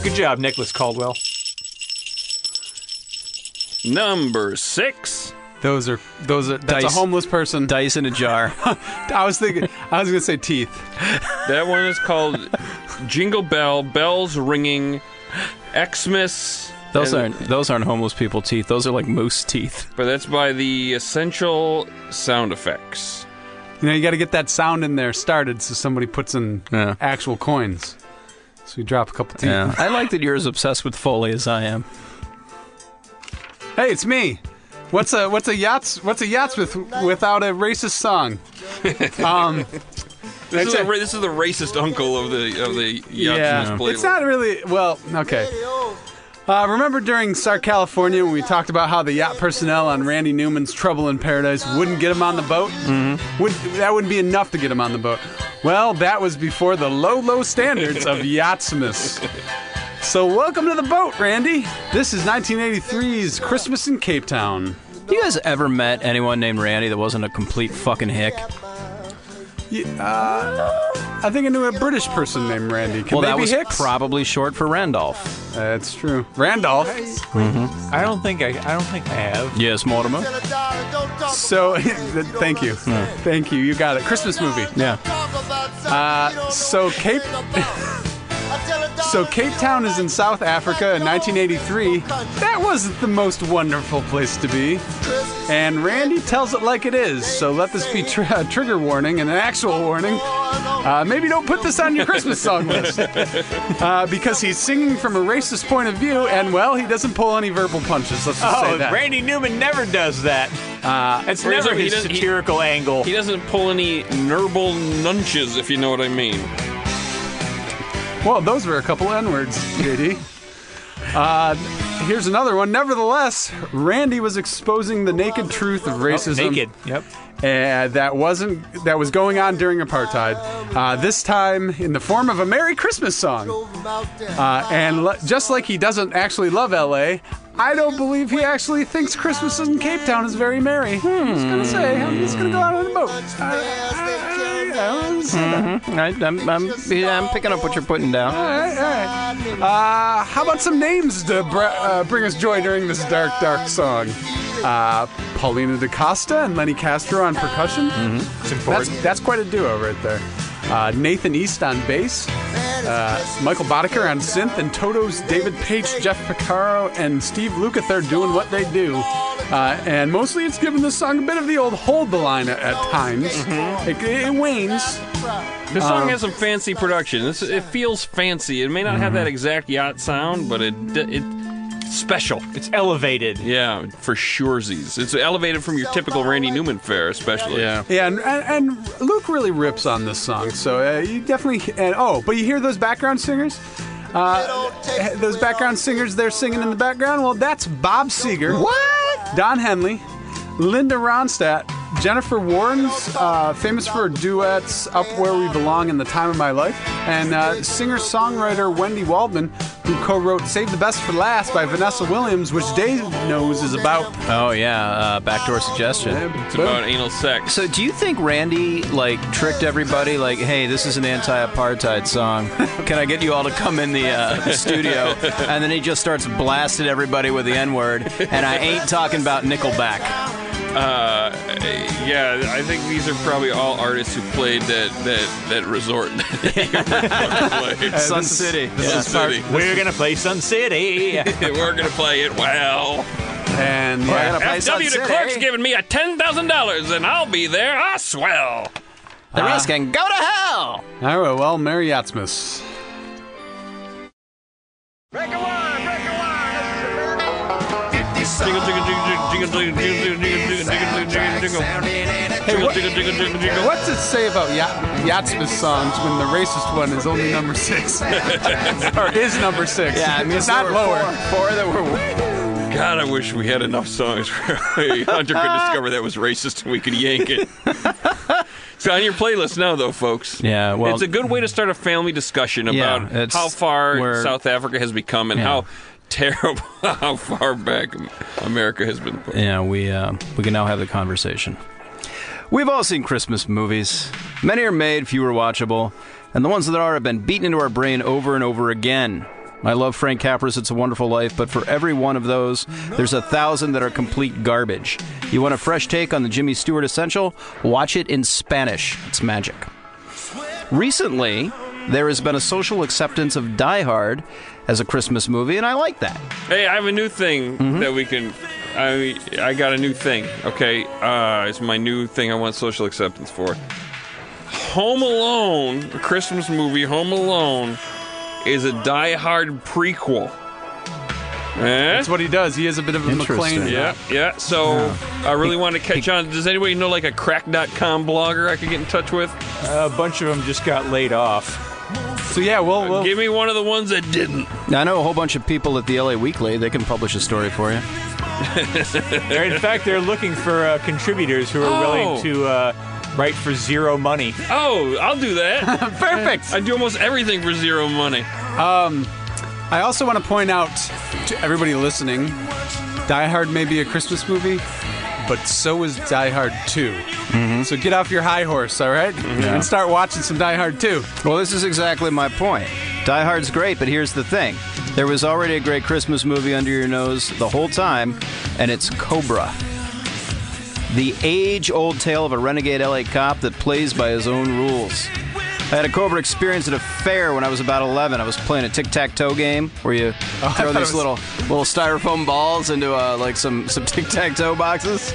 Speaker 3: Yeah.
Speaker 1: Good job, Nicholas Caldwell.
Speaker 2: Number six.
Speaker 3: Those are those are that's
Speaker 4: Dice.
Speaker 3: a homeless person.
Speaker 4: Dice in a jar. [laughs]
Speaker 3: I was thinking I was gonna say teeth.
Speaker 2: That one is called Jingle Bell, Bells Ringing, Xmas.
Speaker 4: Those
Speaker 2: and-
Speaker 4: aren't those aren't homeless people teeth. Those are like moose teeth.
Speaker 2: But that's by the Essential Sound Effects.
Speaker 3: You know, you got to get that sound in there started so somebody puts in
Speaker 4: Yeah.
Speaker 3: actual coins. So we drop a couple teeth.
Speaker 4: Yeah. I like that you're as obsessed with Foley as I am.
Speaker 3: Hey, it's me. What's a what's a yachts what's a yachts with without a racist song? Um,
Speaker 2: This is,
Speaker 3: That's
Speaker 2: the, ra- this is the racist uncle of the of the Yachts
Speaker 3: yeah,
Speaker 2: playlist.
Speaker 3: it's not really well. Okay. Uh, remember during Sar California when we talked about how the yacht personnel on Randy Newman's Trouble in Paradise wouldn't get him on the boat? Mm-hmm. Would that wouldn't be enough to get him on the boat? Well, that was before the low, low standards of yachtsmiths. So welcome to the boat, Randy. This is 1983's Christmas in Cape Town.
Speaker 4: You guys ever met anyone named Randy that wasn't a complete fucking hick?
Speaker 3: Yeah, uh, I think I knew a British person named Randy. Can
Speaker 4: Well,
Speaker 3: they
Speaker 4: that
Speaker 3: be
Speaker 4: was
Speaker 3: Hicks?
Speaker 4: probably short for Randolph.
Speaker 3: That's true. Randolph.
Speaker 1: I don't think I, I don't think I have.
Speaker 4: Yes, Mortimer.
Speaker 3: So, [laughs] thank you, thank you. You got it. Christmas movie.
Speaker 4: Yeah.
Speaker 3: Uh, so Cape- So Cape Town is in South Africa in 1983. That wasn't the most wonderful place to be. And Randy tells it like it is. So let this be tr- a trigger warning and an actual warning. Uh, maybe don't put this on your Christmas
Speaker 1: [laughs]
Speaker 3: song list uh, because he's singing from a racist point of view, and well, he doesn't pull any verbal punches. Let's just say
Speaker 1: Oh,
Speaker 3: that.
Speaker 1: Randy Newman never does that. Uh, That's
Speaker 2: or is
Speaker 1: never
Speaker 2: it he
Speaker 1: his
Speaker 2: doesn't- he-
Speaker 1: satirical angle.
Speaker 2: He doesn't pull any verbal nunches, if you know what I mean.
Speaker 3: Well, those were a couple N words, JD. Uh, here's another one. Nevertheless, Randy was exposing the naked truth of racism.
Speaker 1: Naked. Yep.
Speaker 3: uh, that wasn't that was going on during apartheid. Uh, this time in the form of a Merry Christmas song. Uh, and le- just like he doesn't actually love L.A., I don't believe he actually thinks Christmas in Cape Town is very merry. I'm just gonna say I'm just gonna go out on the boat. I- I- I- I don't say that.
Speaker 4: I, I'm, I'm, yeah, I'm picking up what you're putting down.
Speaker 3: All right, all right. Uh, how about some names to br- uh, bring us joy during this dark, dark song? Uh, Paulina DaCosta and Lenny Castro on percussion.
Speaker 1: Mm-hmm. It's
Speaker 3: That's,
Speaker 1: important.
Speaker 3: that's quite a duo right there. Uh, Nathan East on bass, uh, Michael Boddicker on synth, and Toto's David Page, Jeff Picaro, and Steve Lukather are doing what they do. Uh, and mostly it's given this song a bit of the old hold the line at, at times.
Speaker 1: Mm-hmm.
Speaker 3: It, it wanes.
Speaker 2: This
Speaker 3: Uh.
Speaker 2: song has some fancy production. This it feels fancy. It may not have that
Speaker 3: Mm-hmm.
Speaker 2: exact yacht sound, but it it it's special.
Speaker 1: It's elevated.
Speaker 2: Yeah, for suresies. It's elevated from your typical Randy Newman fare, especially. Yeah.
Speaker 3: Yeah, and, and, and Luke really rips on this song, so uh, you definitely. And, oh, but you hear those background singers? Uh, those background singers they're singing in the background? Well, that's Bob Seger. What? Don Henley, Linda Ronstadt, Jennifer Warren's uh, famous for her duets Up Where We Belong and The Time of My Life, and uh, singer songwriter Wendy Waldman, who co wrote Save the Best for Last by Vanessa Williams, which Dave knows is about.
Speaker 4: Oh yeah, uh, backdoor suggestion.
Speaker 2: It's about anal sex.
Speaker 4: So do you think Randy like tricked everybody? Like, hey, this is an anti-apartheid song. [laughs] Can I get you all to come in the, uh, the studio? And then he just starts blasting everybody with the N-word. And I ain't talking about Nickelback.
Speaker 2: Uh, yeah, I think these are probably all artists who played that that that resort. [laughs]
Speaker 3: [laughs]
Speaker 4: Sun City.
Speaker 2: Yeah.
Speaker 3: is part-
Speaker 2: City.
Speaker 1: We're gonna play Sun City.
Speaker 2: We're gonna play it well. Oh,
Speaker 3: And yeah.
Speaker 4: gotta play Sun
Speaker 2: FW de
Speaker 4: City.
Speaker 2: Clark's giving me a ten thousand dollars, and I'll be there. I swell.
Speaker 4: The rest
Speaker 2: Ah.
Speaker 4: can go to hell.
Speaker 3: All right, well, Merry Yatsmas.
Speaker 2: Jingle, jingle, jingle, jingle, jingle, jingle, jingle, jingle, jingle, jingle, jingle.
Speaker 3: Hey,
Speaker 2: Jingle,
Speaker 3: what,
Speaker 2: jingle, jingle, jingle, jingle.
Speaker 3: what's it say about ya- Yatsmas songs when the racist one is only number [laughs] six? or is number six? it's
Speaker 4: there
Speaker 3: not
Speaker 4: were
Speaker 3: lower.
Speaker 4: Four, four that were.
Speaker 2: God, I wish we had enough songs where Hunter could discover that was racist and we could yank it. it's on your playlist now, though, folks.
Speaker 4: Yeah, well-
Speaker 2: it's a good way to start a family discussion
Speaker 4: Yeah,
Speaker 2: about
Speaker 4: it's
Speaker 2: how far
Speaker 4: where-
Speaker 2: South Africa has become and
Speaker 4: Yeah.
Speaker 2: how terrible, [laughs] how far back America has been. Put.
Speaker 4: Yeah, we uh, we can now have the conversation. We've all seen Christmas movies. Many are made, few are watchable, and the ones that are have been beaten into our brain over and over again. I love Frank Capra's It's a Wonderful Life, but for every one of those, there's a thousand that are complete garbage. You want a fresh take on the Jimmy Stewart Essential? Watch it in Spanish. It's magic. Recently, there has been a social acceptance of Die Hard as a Christmas movie, and I like that.
Speaker 2: Hey, I have a new thing
Speaker 4: Mm-hmm.
Speaker 2: that we can. I I got a new thing. Okay, uh, it's my new thing. I want social acceptance for. Home Alone, the Christmas movie. Home Alone is a Die Hard prequel. Eh?
Speaker 3: That's what he does. He is a bit of a
Speaker 4: Interesting.
Speaker 3: McLean.
Speaker 2: Yeah, yeah. So I really want to catch on. Does anybody know like a crack.com blogger I could get in touch with?
Speaker 1: [laughs] A bunch of them just got laid off.
Speaker 3: So yeah, we'll, we'll
Speaker 2: Give me one of the ones that didn't.
Speaker 4: Now, I know a whole bunch of people at the LA Weekly. They can publish a story for you.
Speaker 1: They're, in fact, they're looking for uh, contributors who are
Speaker 2: Oh.
Speaker 1: willing to uh, write for zero money.
Speaker 2: Oh, I'll do that.
Speaker 3: perfect.
Speaker 2: I do almost everything for zero money.
Speaker 3: I also want to point out to everybody listening, Die Hard may be a Christmas movie, but so is Die Hard 2. So get off your high horse, all right? And start watching some Die Hard 2.
Speaker 4: Well, this is exactly my point. Die Hard's great, but here's the thing. There was already a great Christmas movie under your nose the whole time, and it's Cobra. The age old tale of a renegade LA cop that plays by his own rules. I had a Cobra experience at a fair when I was about 11. I was playing a tic tac toe game where you throw
Speaker 3: Oh, thought it
Speaker 4: these
Speaker 3: was-
Speaker 4: little little styrofoam balls into uh, like some, some [laughs] tic tac toe boxes.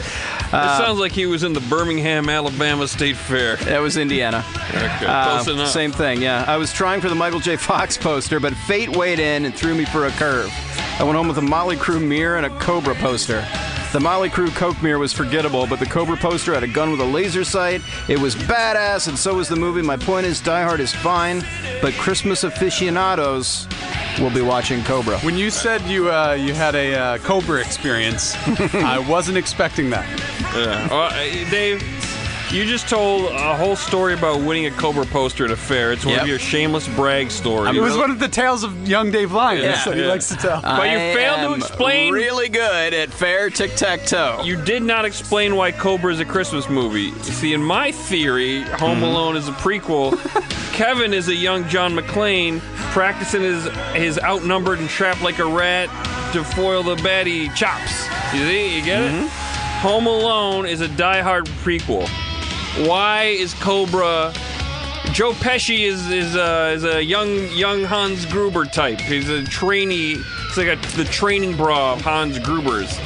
Speaker 4: Uh,
Speaker 2: It sounds like he was in the Birmingham, Alabama State Fair.
Speaker 4: That was Indiana.
Speaker 2: Okay,
Speaker 4: Uh,
Speaker 2: close enough.
Speaker 4: Same thing, yeah. I was trying for the Michael J. Fox poster, but fate weighed in and threw me for a curve. I went home with a Motley Crue mirror and a Cobra poster. The Motley Crue Coke mirror was forgettable, but the Cobra poster had a gun with a laser sight. It was badass, and so was the movie. My point is, Die Hard is fine, but Christmas aficionados will be watching Cobra.
Speaker 3: When you said you uh, you had a uh, Cobra [laughs] experience, I wasn't expecting that.
Speaker 2: Yeah. Well, uh, Dave, you just told a whole story about winning a Cobra poster at a fair. It's one
Speaker 4: Yep.
Speaker 2: of your shameless brag stories.
Speaker 3: It was one of the tales of young Dave Lyons
Speaker 2: Yeah,
Speaker 3: that he
Speaker 2: yeah.
Speaker 3: likes to tell.
Speaker 7: Uh,
Speaker 2: But you
Speaker 4: I
Speaker 2: failed
Speaker 4: am
Speaker 2: to explain.
Speaker 4: Really good at fair tic tac toe.
Speaker 2: You did not explain why Cobra is a Christmas movie. See, in my theory,
Speaker 4: Mm-hmm.
Speaker 2: Home Alone is a
Speaker 4: [laughs]
Speaker 2: prequel. Kevin is a young John McClane practicing his his outnumbered and trapped like a rat to foil the baddie chops. You see, you get
Speaker 4: Mm-hmm.
Speaker 2: it? Home Alone is a Die Hard prequel. Why is Cobra? Joe Pesci is is a, is a young young Hans Gruber type. He's a trainee. It's like a, the training bra of Hans Gruber's.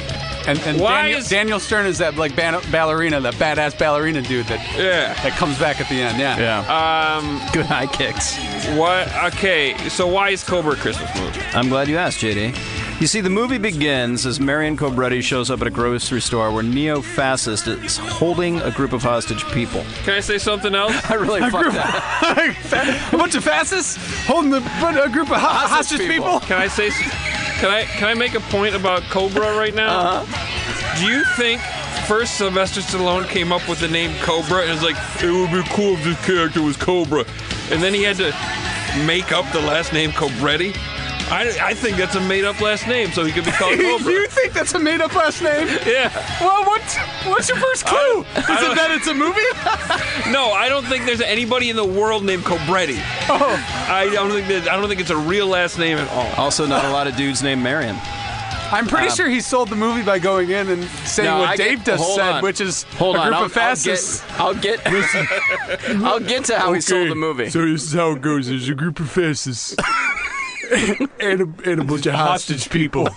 Speaker 3: and and
Speaker 2: why
Speaker 3: Daniel,
Speaker 2: is-
Speaker 3: Daniel Stern is that like ban- ballerina, that badass ballerina dude that
Speaker 2: Yeah.
Speaker 3: that comes back at the end. Yeah.
Speaker 4: yeah.
Speaker 2: Um,
Speaker 4: [laughs] good high kicks.
Speaker 2: what? Okay, so why is Cobra a Christmas movie?
Speaker 4: I'm glad you asked, JD. You see, the movie begins as Marion Cobretti shows up at a grocery store where Neo Fascist is holding a group of hostage people. [laughs]
Speaker 2: Can I say something else?
Speaker 4: I really fucked that.
Speaker 3: [laughs] a bunch of fascists holding the, a group of ho- hostage people.
Speaker 2: Can I say? s- Can I? Can I make a point about Cobra right now?
Speaker 3: Uh-huh.
Speaker 2: Do you think first Sylvester Stallone came up with the name Cobra and was like, it would be cool if this character was Cobra, and then he had to make up the last name Cobretti? I, I think that's a made up last name, so he could be
Speaker 3: [laughs]
Speaker 2: called Cobra.
Speaker 3: you think that's a made up last name?
Speaker 2: yeah.
Speaker 3: Well, what? What's your first clue? Isn't that it's a movie?
Speaker 2: No, I don't think there's anybody in the world named Cobretti.
Speaker 3: oh,
Speaker 2: I don't think that, I don't think it's a real last name at
Speaker 3: [laughs]
Speaker 2: all.
Speaker 4: Also, not a lot of dudes named Marion.
Speaker 3: I'm pretty sure he sold the movie by going in and saying
Speaker 7: Um, No,
Speaker 3: what
Speaker 7: I get-
Speaker 3: Dave just
Speaker 7: hold
Speaker 3: said,
Speaker 7: on.
Speaker 3: which is
Speaker 7: Hold
Speaker 3: a
Speaker 7: on,
Speaker 3: group
Speaker 7: I'll,
Speaker 3: of fascists.
Speaker 7: I'll
Speaker 3: [laughs]
Speaker 7: get, I'll get, I'll get to how he sold the movie.
Speaker 3: this is how it goes. There's a group of [laughs] fascists. and, a, and a bunch of hostage people.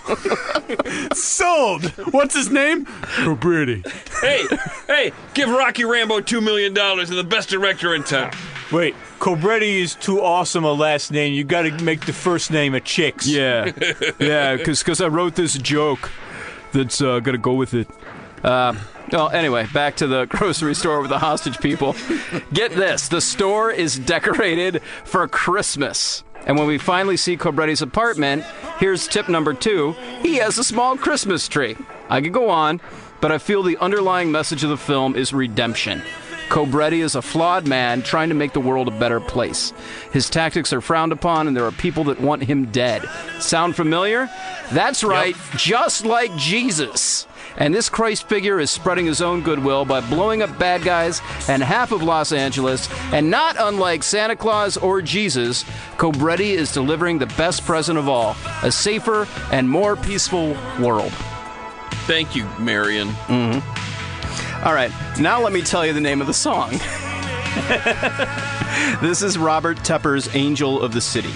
Speaker 3: [laughs] Sold. What's his name? Cobretti.
Speaker 2: hey, hey, give Rocky Rambo two million dollars and the best director in town.
Speaker 1: Wait, Cobretti is too awesome a last name. You got to make the first name a chick's.
Speaker 4: Yeah, yeah, because I wrote this joke that's uh, gonna go with it. Uh, well, anyway, back to the [laughs] grocery store with the hostage people. Get this: the store is decorated for Christmas. And when we finally see Cobretti's apartment, here's tip number two: he has a small Christmas tree. I could go on, but I feel the underlying message of the film is redemption. Cobretti is a flawed man trying to make the world a better place. His tactics are frowned upon, and there are people that want him dead. Sound familiar? That's right, just like Jesus. and this Christ figure is spreading his own goodwill by blowing up bad guys and half of Los Angeles. And not unlike Santa Claus or Jesus, Cobretti is delivering the best present of all a safer and more peaceful world.
Speaker 2: Thank you, Marion.
Speaker 4: All right, now let me tell you the name of the song. [laughs] this is Robert Tepper's Angel of the City.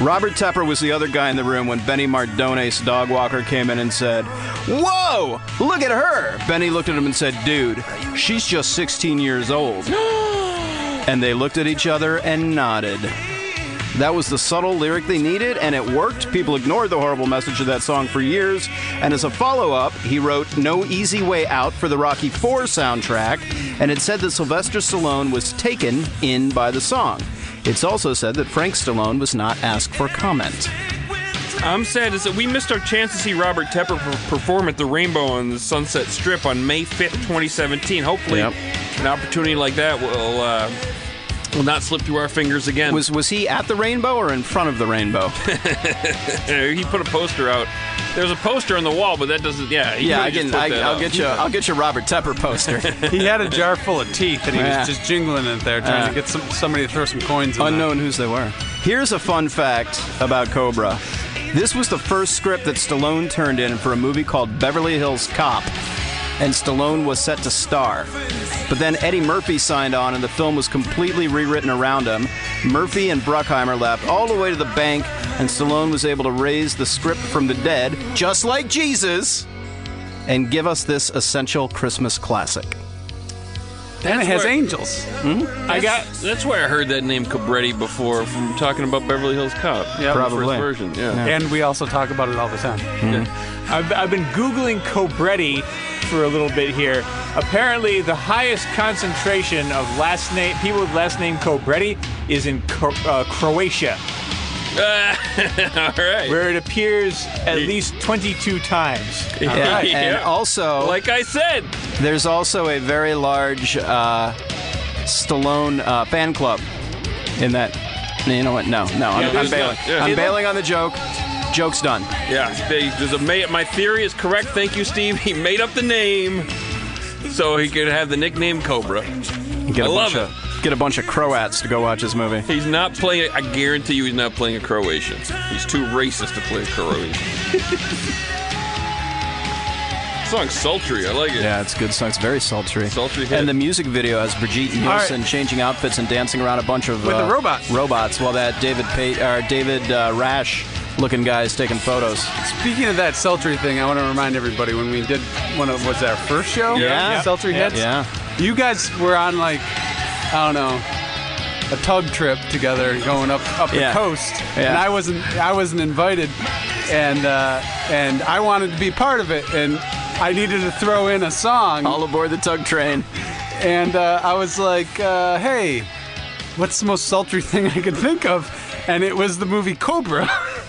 Speaker 4: Robert Tepper was the other guy in the room when Benny Mardones, dog walker, came in and said, Whoa, look at her. Benny looked at him and said, Dude, she's just 16 years old. [gasps] and they looked at each other and nodded. That was the subtle lyric they needed, and it worked. People ignored the horrible message of that song for years. And as a follow up, he wrote No Easy Way Out for the Rocky IV soundtrack, and it said that Sylvester Stallone was taken in by the song. It's also said that Frank Stallone was not asked for comment.
Speaker 2: I'm sad is that we missed our chance to see Robert Tepper per- perform at the Rainbow on the Sunset Strip on May 5th, 2017. Hopefully,
Speaker 4: Yep.
Speaker 2: an opportunity like that will uh, will not slip through our fingers again.
Speaker 4: Was, was he at the rainbow or in front of the [laughs] rainbow?
Speaker 2: Uh, he put a poster out. There's a poster on the wall, but that doesn't. Yeah, he
Speaker 4: Yeah,
Speaker 2: could've
Speaker 4: I
Speaker 2: just
Speaker 4: can,
Speaker 2: put
Speaker 4: I,
Speaker 2: that
Speaker 4: I'll
Speaker 2: up.
Speaker 4: get you. I'll get you a Robert Tepper poster.
Speaker 2: [laughs]
Speaker 3: He had a jar full of teeth, and he
Speaker 4: Yeah. Oh,
Speaker 3: was just jingling it there, trying to get some, somebody to throw some coins. In
Speaker 4: unknown whose they were. Here's a fun fact about Cobra. This was the first script that Stallone turned in for a movie called Beverly Hills Cop, and Stallone was set to star. But then Eddie Murphy signed on, and the film was completely rewritten around him. Murphy and Bruckheimer laughed all the way to the bank, and Stallone was able to raise the script from the dead, just like Jesus, and give us this essential Christmas classic.
Speaker 3: that. And it has
Speaker 2: where-
Speaker 3: angels.
Speaker 2: I got. That's where I heard that name Cabretti before from talking about Beverly Hills Cop.
Speaker 3: Yeah,
Speaker 2: the
Speaker 4: probably.
Speaker 2: First version. Yeah.
Speaker 3: And we also talk about it all the time.
Speaker 1: I've, I've been Googling Cobretti for a little bit here. Apparently, the highest concentration of last name people with last name Cobretti is in Cro- uh, Croatia,
Speaker 2: [laughs] All right.
Speaker 1: where it appears at least 22 times.
Speaker 4: Yeah,
Speaker 2: [laughs]
Speaker 4: and
Speaker 2: Yeah.
Speaker 4: also,
Speaker 2: like I said,
Speaker 4: There's also a very large uh, Stallone uh, fan club in that. You know what? No, no, I'm, I'm
Speaker 2: there's
Speaker 4: bailing.
Speaker 2: not- yeah.
Speaker 4: I'm bailing on the joke. Joke's done.
Speaker 2: yeah. They, there's a ma- my theory is correct. Thank you, Steve. He made up the name so he could have the nickname Cobra.
Speaker 4: Get a
Speaker 2: I
Speaker 4: bunch
Speaker 2: love
Speaker 4: of get a bunch of Croats to go watch this movie.
Speaker 2: He's not playing. I guarantee you, he's not playing a Croatian. He's too racist to play a Croatian. [laughs] Song's sultry. I like it.
Speaker 4: Yeah, it's a good song. It's very sultry.
Speaker 2: Sultry hit.
Speaker 4: And the music video has Brigitte Nielsen changing outfits and dancing around a bunch of
Speaker 3: With the
Speaker 4: uh,
Speaker 3: robots.
Speaker 4: Robots. While that David Pate or David uh, Rash looking guy is taking photos.
Speaker 3: Speaking of that sultry thing, I want to remind everybody when we did one of was our first show,
Speaker 2: Yeah.
Speaker 3: sultry hits.
Speaker 4: Yeah.
Speaker 3: You guys were on like I don't know a tug trip together and going up up
Speaker 4: Yeah.
Speaker 3: the coast, and
Speaker 4: Yeah.
Speaker 3: I wasn't I wasn't invited, and uh, and I wanted to be part of it, and I needed to throw in a song,
Speaker 4: All aboard the tug train.
Speaker 3: and uh, I was like, uh, hey, what's the most sultry [laughs] thing I could think of? And it was the movie Cobra.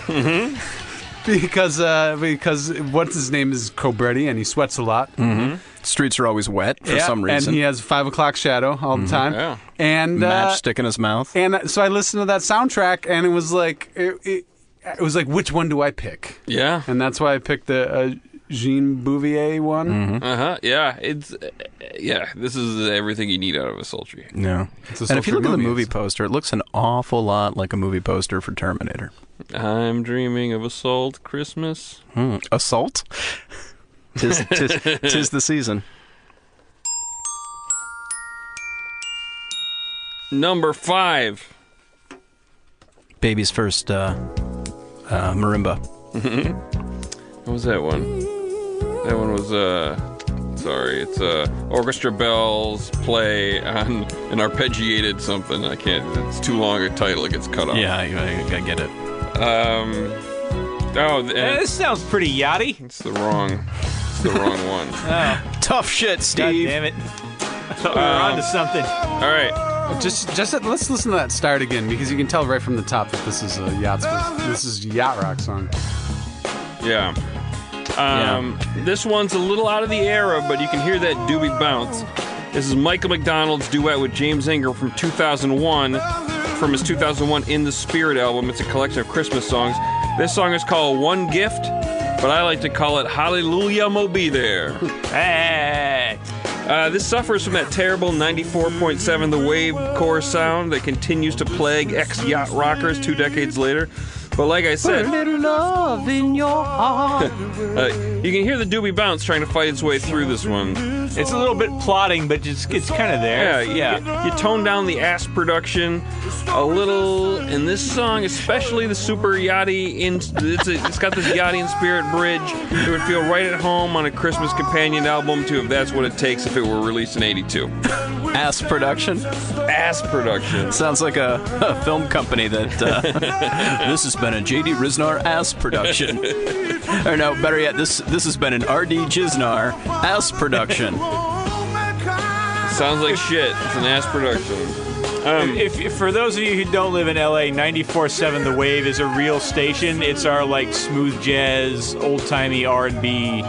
Speaker 4: Mm-hmm.
Speaker 3: [laughs] Because uh, because what's his name is Cobretti and he sweats a lot
Speaker 4: Streets are always wet Mm-hmm. for
Speaker 3: Yeah,
Speaker 4: some reason. Mm-hmm.
Speaker 3: and he has five o'clock shadow all the time
Speaker 2: Yeah.
Speaker 3: and uh,
Speaker 4: Matchstick in his mouth.
Speaker 3: and uh, so I listened to that soundtrack, and it was like it, it, it was like which one do I pick?
Speaker 2: Yeah.
Speaker 3: And that's why I picked the uh, Jean Bouvier one.
Speaker 4: Mm-hmm.
Speaker 2: Uh huh. Yeah. It's. Uh, yeah. This is everything you need out of a sultry.
Speaker 4: No.
Speaker 3: a
Speaker 4: And if you
Speaker 3: sultry
Speaker 4: look at the
Speaker 3: movie,
Speaker 4: movie
Speaker 3: it's-
Speaker 4: poster, it looks an awful lot like a movie poster for Terminator.
Speaker 2: I'm dreaming of a salt Christmas.
Speaker 4: Assault? [laughs] tis, tis, tis the season.
Speaker 2: Number five.
Speaker 4: Baby's first uh, uh, marimba.
Speaker 2: What was that one? That one was uh sorry, it's uh orchestra bells play on an arpeggiated something. I can't it's too long a title, it gets cut off.
Speaker 4: I, I, I get it.
Speaker 2: Um Oh th-
Speaker 1: Uh,
Speaker 2: and
Speaker 1: this sounds pretty yachty.
Speaker 2: it's the wrong it's the wrong one.
Speaker 4: Tough shit,
Speaker 1: God
Speaker 4: Steve.
Speaker 1: damn it! I thought we were
Speaker 2: Uh,
Speaker 1: onto something.
Speaker 2: Alright.
Speaker 3: Just just let's listen to that start again because you can tell right from the top that this is a yacht this is a yacht rock song.
Speaker 2: Yeah. Um this one's a little out of the era, but you can hear that doobie bounce. This is Michael McDonald's duet with James Ingram from 2001, from his 2001 In the Spirit album. It's a collection of Christmas songs. This song is called One Gift, but I like to call it Hallelujah Mo Be There.
Speaker 1: Hey!
Speaker 2: Uh, this suffers from that terrible 94.7 The Wave core sound that continues to plague ex yacht rockers two decades later. But like I said, uh, you can hear the doobie bounce trying to fight its way through this one.
Speaker 1: It's a little bit plotting, but just it's kind of
Speaker 2: Yeah,
Speaker 1: there. Um,
Speaker 2: yeah. You, tone down the ass production a little in this song, especially the super yachty. In, it's, a, it's got this yachty and spirit bridge. It would feel right at home on a Christmas companion album to if that's what it takes if it were released in '82.
Speaker 4: Ass production.
Speaker 2: Ass production.
Speaker 4: Sounds like a, a film company that uh, [laughs] this has been a JD Riznar ass [laughs] production. or no, better yet, this this has been an RD Jiznar ass production.
Speaker 2: Sounds like shit. It's an ass production. Um,
Speaker 1: If, if for those of you who don't live in LA, 94.7 The Wave is a real station. It's our like smooth jazz, old timey R and B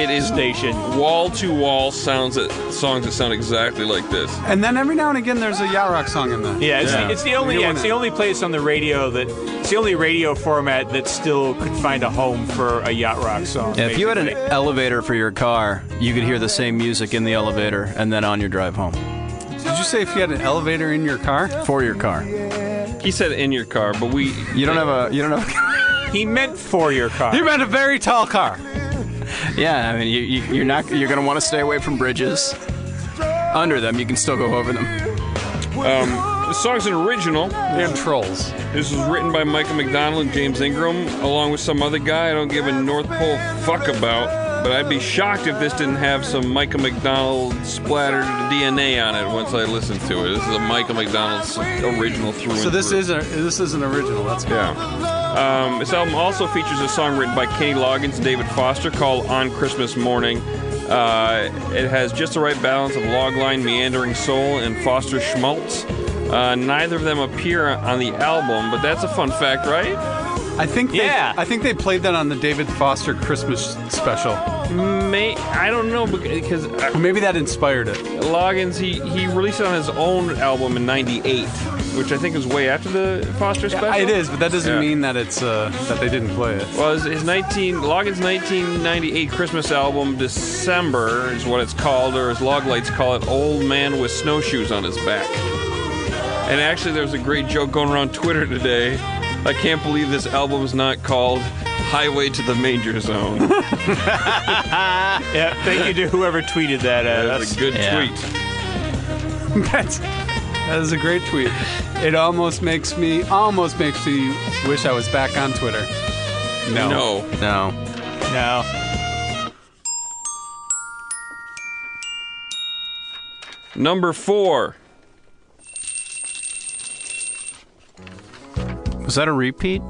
Speaker 2: It is
Speaker 1: station.
Speaker 2: wall to wall sounds that songs that sound exactly like this.
Speaker 3: And then every now and again, there's a yacht rock song in there.
Speaker 1: Yeah, it's,
Speaker 2: Yeah.
Speaker 1: The, it's the only
Speaker 3: You're
Speaker 1: yeah,
Speaker 3: doing
Speaker 1: it's
Speaker 3: it.
Speaker 1: the only place on the radio that it's the only radio format that still could find a home for a yacht rock song.
Speaker 4: Yeah, if you had an
Speaker 1: basically.
Speaker 4: elevator for your car, you could hear the same music in the elevator and then on your drive home
Speaker 3: Did you say if you had an elevator in your car?
Speaker 4: for your car.
Speaker 2: He said in your car, but we
Speaker 4: You don't have a you don't have.
Speaker 1: he meant for your car.
Speaker 3: You meant a very tall car.
Speaker 4: [laughs] yeah, I mean you, you you're not you're gonna want to stay away from bridges. Under them, you can still go over them.
Speaker 2: the song's an original.
Speaker 3: And trolls.
Speaker 2: This was written by Michael McDonald and James Ingram, along with some other guy I don't give a North Pole fuck about. But I'd be shocked if this didn't have some Michael McDonald splattered DNA on it once I listen to it. This is a Michael McDonald's original through and
Speaker 3: So this
Speaker 2: through.
Speaker 3: is a this is an original. That's good.
Speaker 2: Yeah. Um, this album also features a song written by Kenny Loggins and David Foster called On Christmas Morning. Uh, it has just the right balance of logline, meandering soul, and Foster schmaltz. Uh, neither of them appear on the album, but that's a fun fact, right?
Speaker 3: I think they,
Speaker 1: Yeah.
Speaker 3: I think they played that on the David Foster Christmas special.
Speaker 2: May I don't know because uh,
Speaker 3: Maybe that inspired it.
Speaker 2: Loggins he, he released it on his own album in '98, which I think is way after the Foster special.
Speaker 3: It is, but that doesn't
Speaker 2: Yeah.
Speaker 3: mean that it's uh, that they didn't play it.
Speaker 2: Well, his, his 19 Logan's 1998 Christmas album, December, is what it's called, or as Loglights call it, "Old Man with Snowshoes on His Back." And actually, there was a great joke going around Twitter today. I can't believe this album's not called "Highway to the Manger Zone."
Speaker 1: yeah, thank you to whoever tweeted that at
Speaker 2: That's
Speaker 1: us.
Speaker 2: a good
Speaker 4: Yeah.
Speaker 2: tweet.
Speaker 3: That's that is a great tweet. It almost makes me almost makes me wish I was back on Twitter. No.
Speaker 2: No,
Speaker 4: No,
Speaker 1: No.
Speaker 2: number four.
Speaker 4: was that a repeat?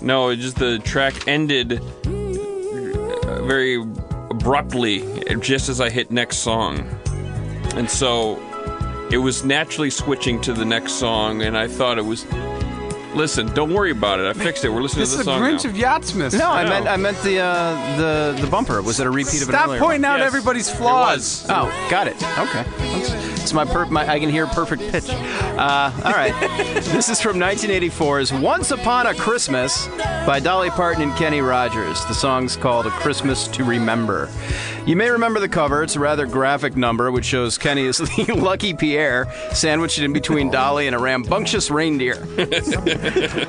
Speaker 2: No, it just the track ended uh, very abruptly just as I hit next song. And so it was naturally switching to the next song, and I thought it was. Listen, don't worry about it. I fixed it. We're listening
Speaker 3: This
Speaker 2: to
Speaker 3: is
Speaker 2: the
Speaker 3: the
Speaker 2: song.
Speaker 3: Grinch
Speaker 2: now.
Speaker 3: of Yachtsmith.
Speaker 4: No, I meant I meant the uh, the the bumper. Was it a repeat of an
Speaker 3: Stop
Speaker 4: earlier?
Speaker 3: pointing out
Speaker 2: Yes.
Speaker 3: everybody's
Speaker 2: was.
Speaker 3: flaws.
Speaker 4: Oh, got it. Okay, That's- it's my, per- my I can hear perfect pitch. Uh, all right, this is from 1984's "Once Upon a Christmas" by Dolly Parton and Kenny Rogers. The song's called "A Christmas to Remember." You may remember the cover. It's a rather graphic number which shows Kenny as [laughs] the lucky Pierre sandwiched in between Dolly and a rambunctious reindeer,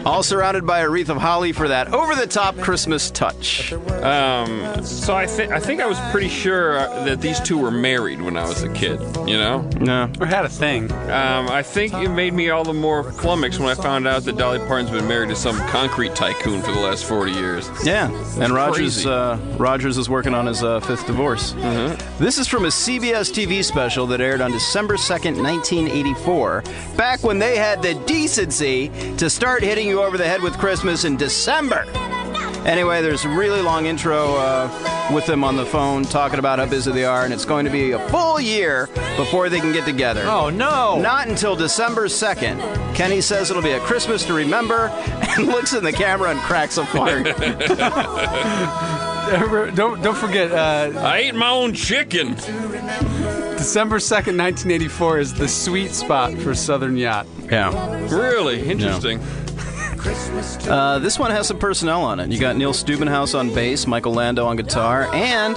Speaker 4: all surrounded by a wreath of holly for that over-the-top Christmas touch.
Speaker 2: Um, so I think I think I was pretty sure uh, that these two were married when I was a kid. You know,
Speaker 4: No.
Speaker 3: Or had a thing.
Speaker 2: um, I think it made me all the more flummoxed when I found out that Dolly Parton's been married to some concrete tycoon for the last forty years.
Speaker 4: Yeah, and Rogers
Speaker 2: crazy.
Speaker 4: uh, Rogers is working on his uh, fifth divorce.
Speaker 1: Mm-hmm.
Speaker 4: This is from a CBS TV special that aired on December second, nineteen eighty-four. Back when they had the decency to start hitting you over the head with Christmas in December. Anyway, there's a really long intro uh, with them on the phone talking about how busy they are, and it's going to be a full year before they can get together.
Speaker 1: Oh no.
Speaker 4: Not until December 2nd. Kenny says it'll be a Christmas to remember [laughs] and looks in the camera and cracks a fart.
Speaker 3: Don't don't forget uh,
Speaker 2: I ate my own chicken.
Speaker 3: December 2nd, 1984 is the sweet spot for Southern Yacht.
Speaker 4: Yeah.
Speaker 2: Really interesting.
Speaker 4: Uh, this one has some personnel on it. You got Neil Steubenhaus on bass, Michael Lando on guitar, and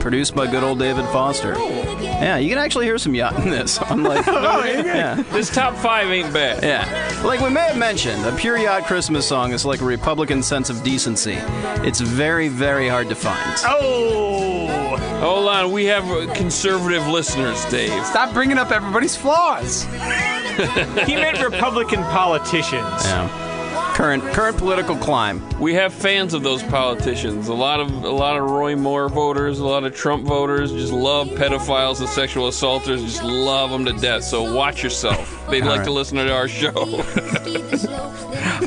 Speaker 4: produced by good old David Foster. Yeah, you can actually hear some yacht in this. [laughs] I'm like, yeah.
Speaker 2: This top five ain't bad.
Speaker 4: Yeah. Like we may have mentioned, a pure yacht Christmas song is like a Republican sense of decency. It's very, very hard to find.
Speaker 2: Oh! Hold on, we have uh, conservative listeners, Dave.
Speaker 3: Stop bringing up everybody's flaws.
Speaker 1: He meant Republican politicians.
Speaker 4: Yeah. Current current political climb.
Speaker 2: We have fans of those politicians. A lot of a lot of Roy Moore voters, a lot of Trump voters just love pedophiles and sexual assaulters. Just love them to death. So watch yourself. They'd like to listen to our show. [laughs]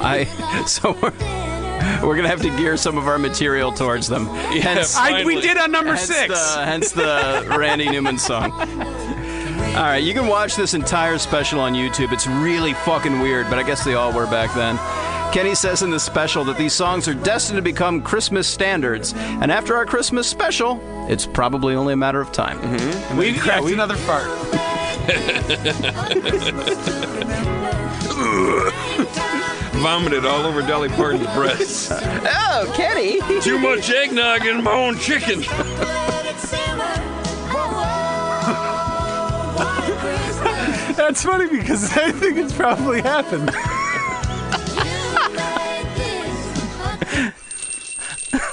Speaker 4: I [laughs] so we're, we're gonna have to gear some of our material towards them. Hence,
Speaker 3: I, we
Speaker 2: Finally.
Speaker 3: did on number
Speaker 4: hence
Speaker 3: six.
Speaker 4: the hence the Randy Newman song. All right, you can watch this entire special on YouTube. It's really fucking weird, but I guess they all were back then. Kenny says in the special that these songs are destined to become Christmas standards, and after our Christmas special, it's probably only a matter of time.
Speaker 3: we cracked another fart.
Speaker 2: Vomited all over Dolly Parton's breasts.
Speaker 7: [laughs] Oh, Kenny.
Speaker 2: Too much eggnog in my own chicken.
Speaker 3: That's funny because [laughs] I think it's probably happened. [laughs]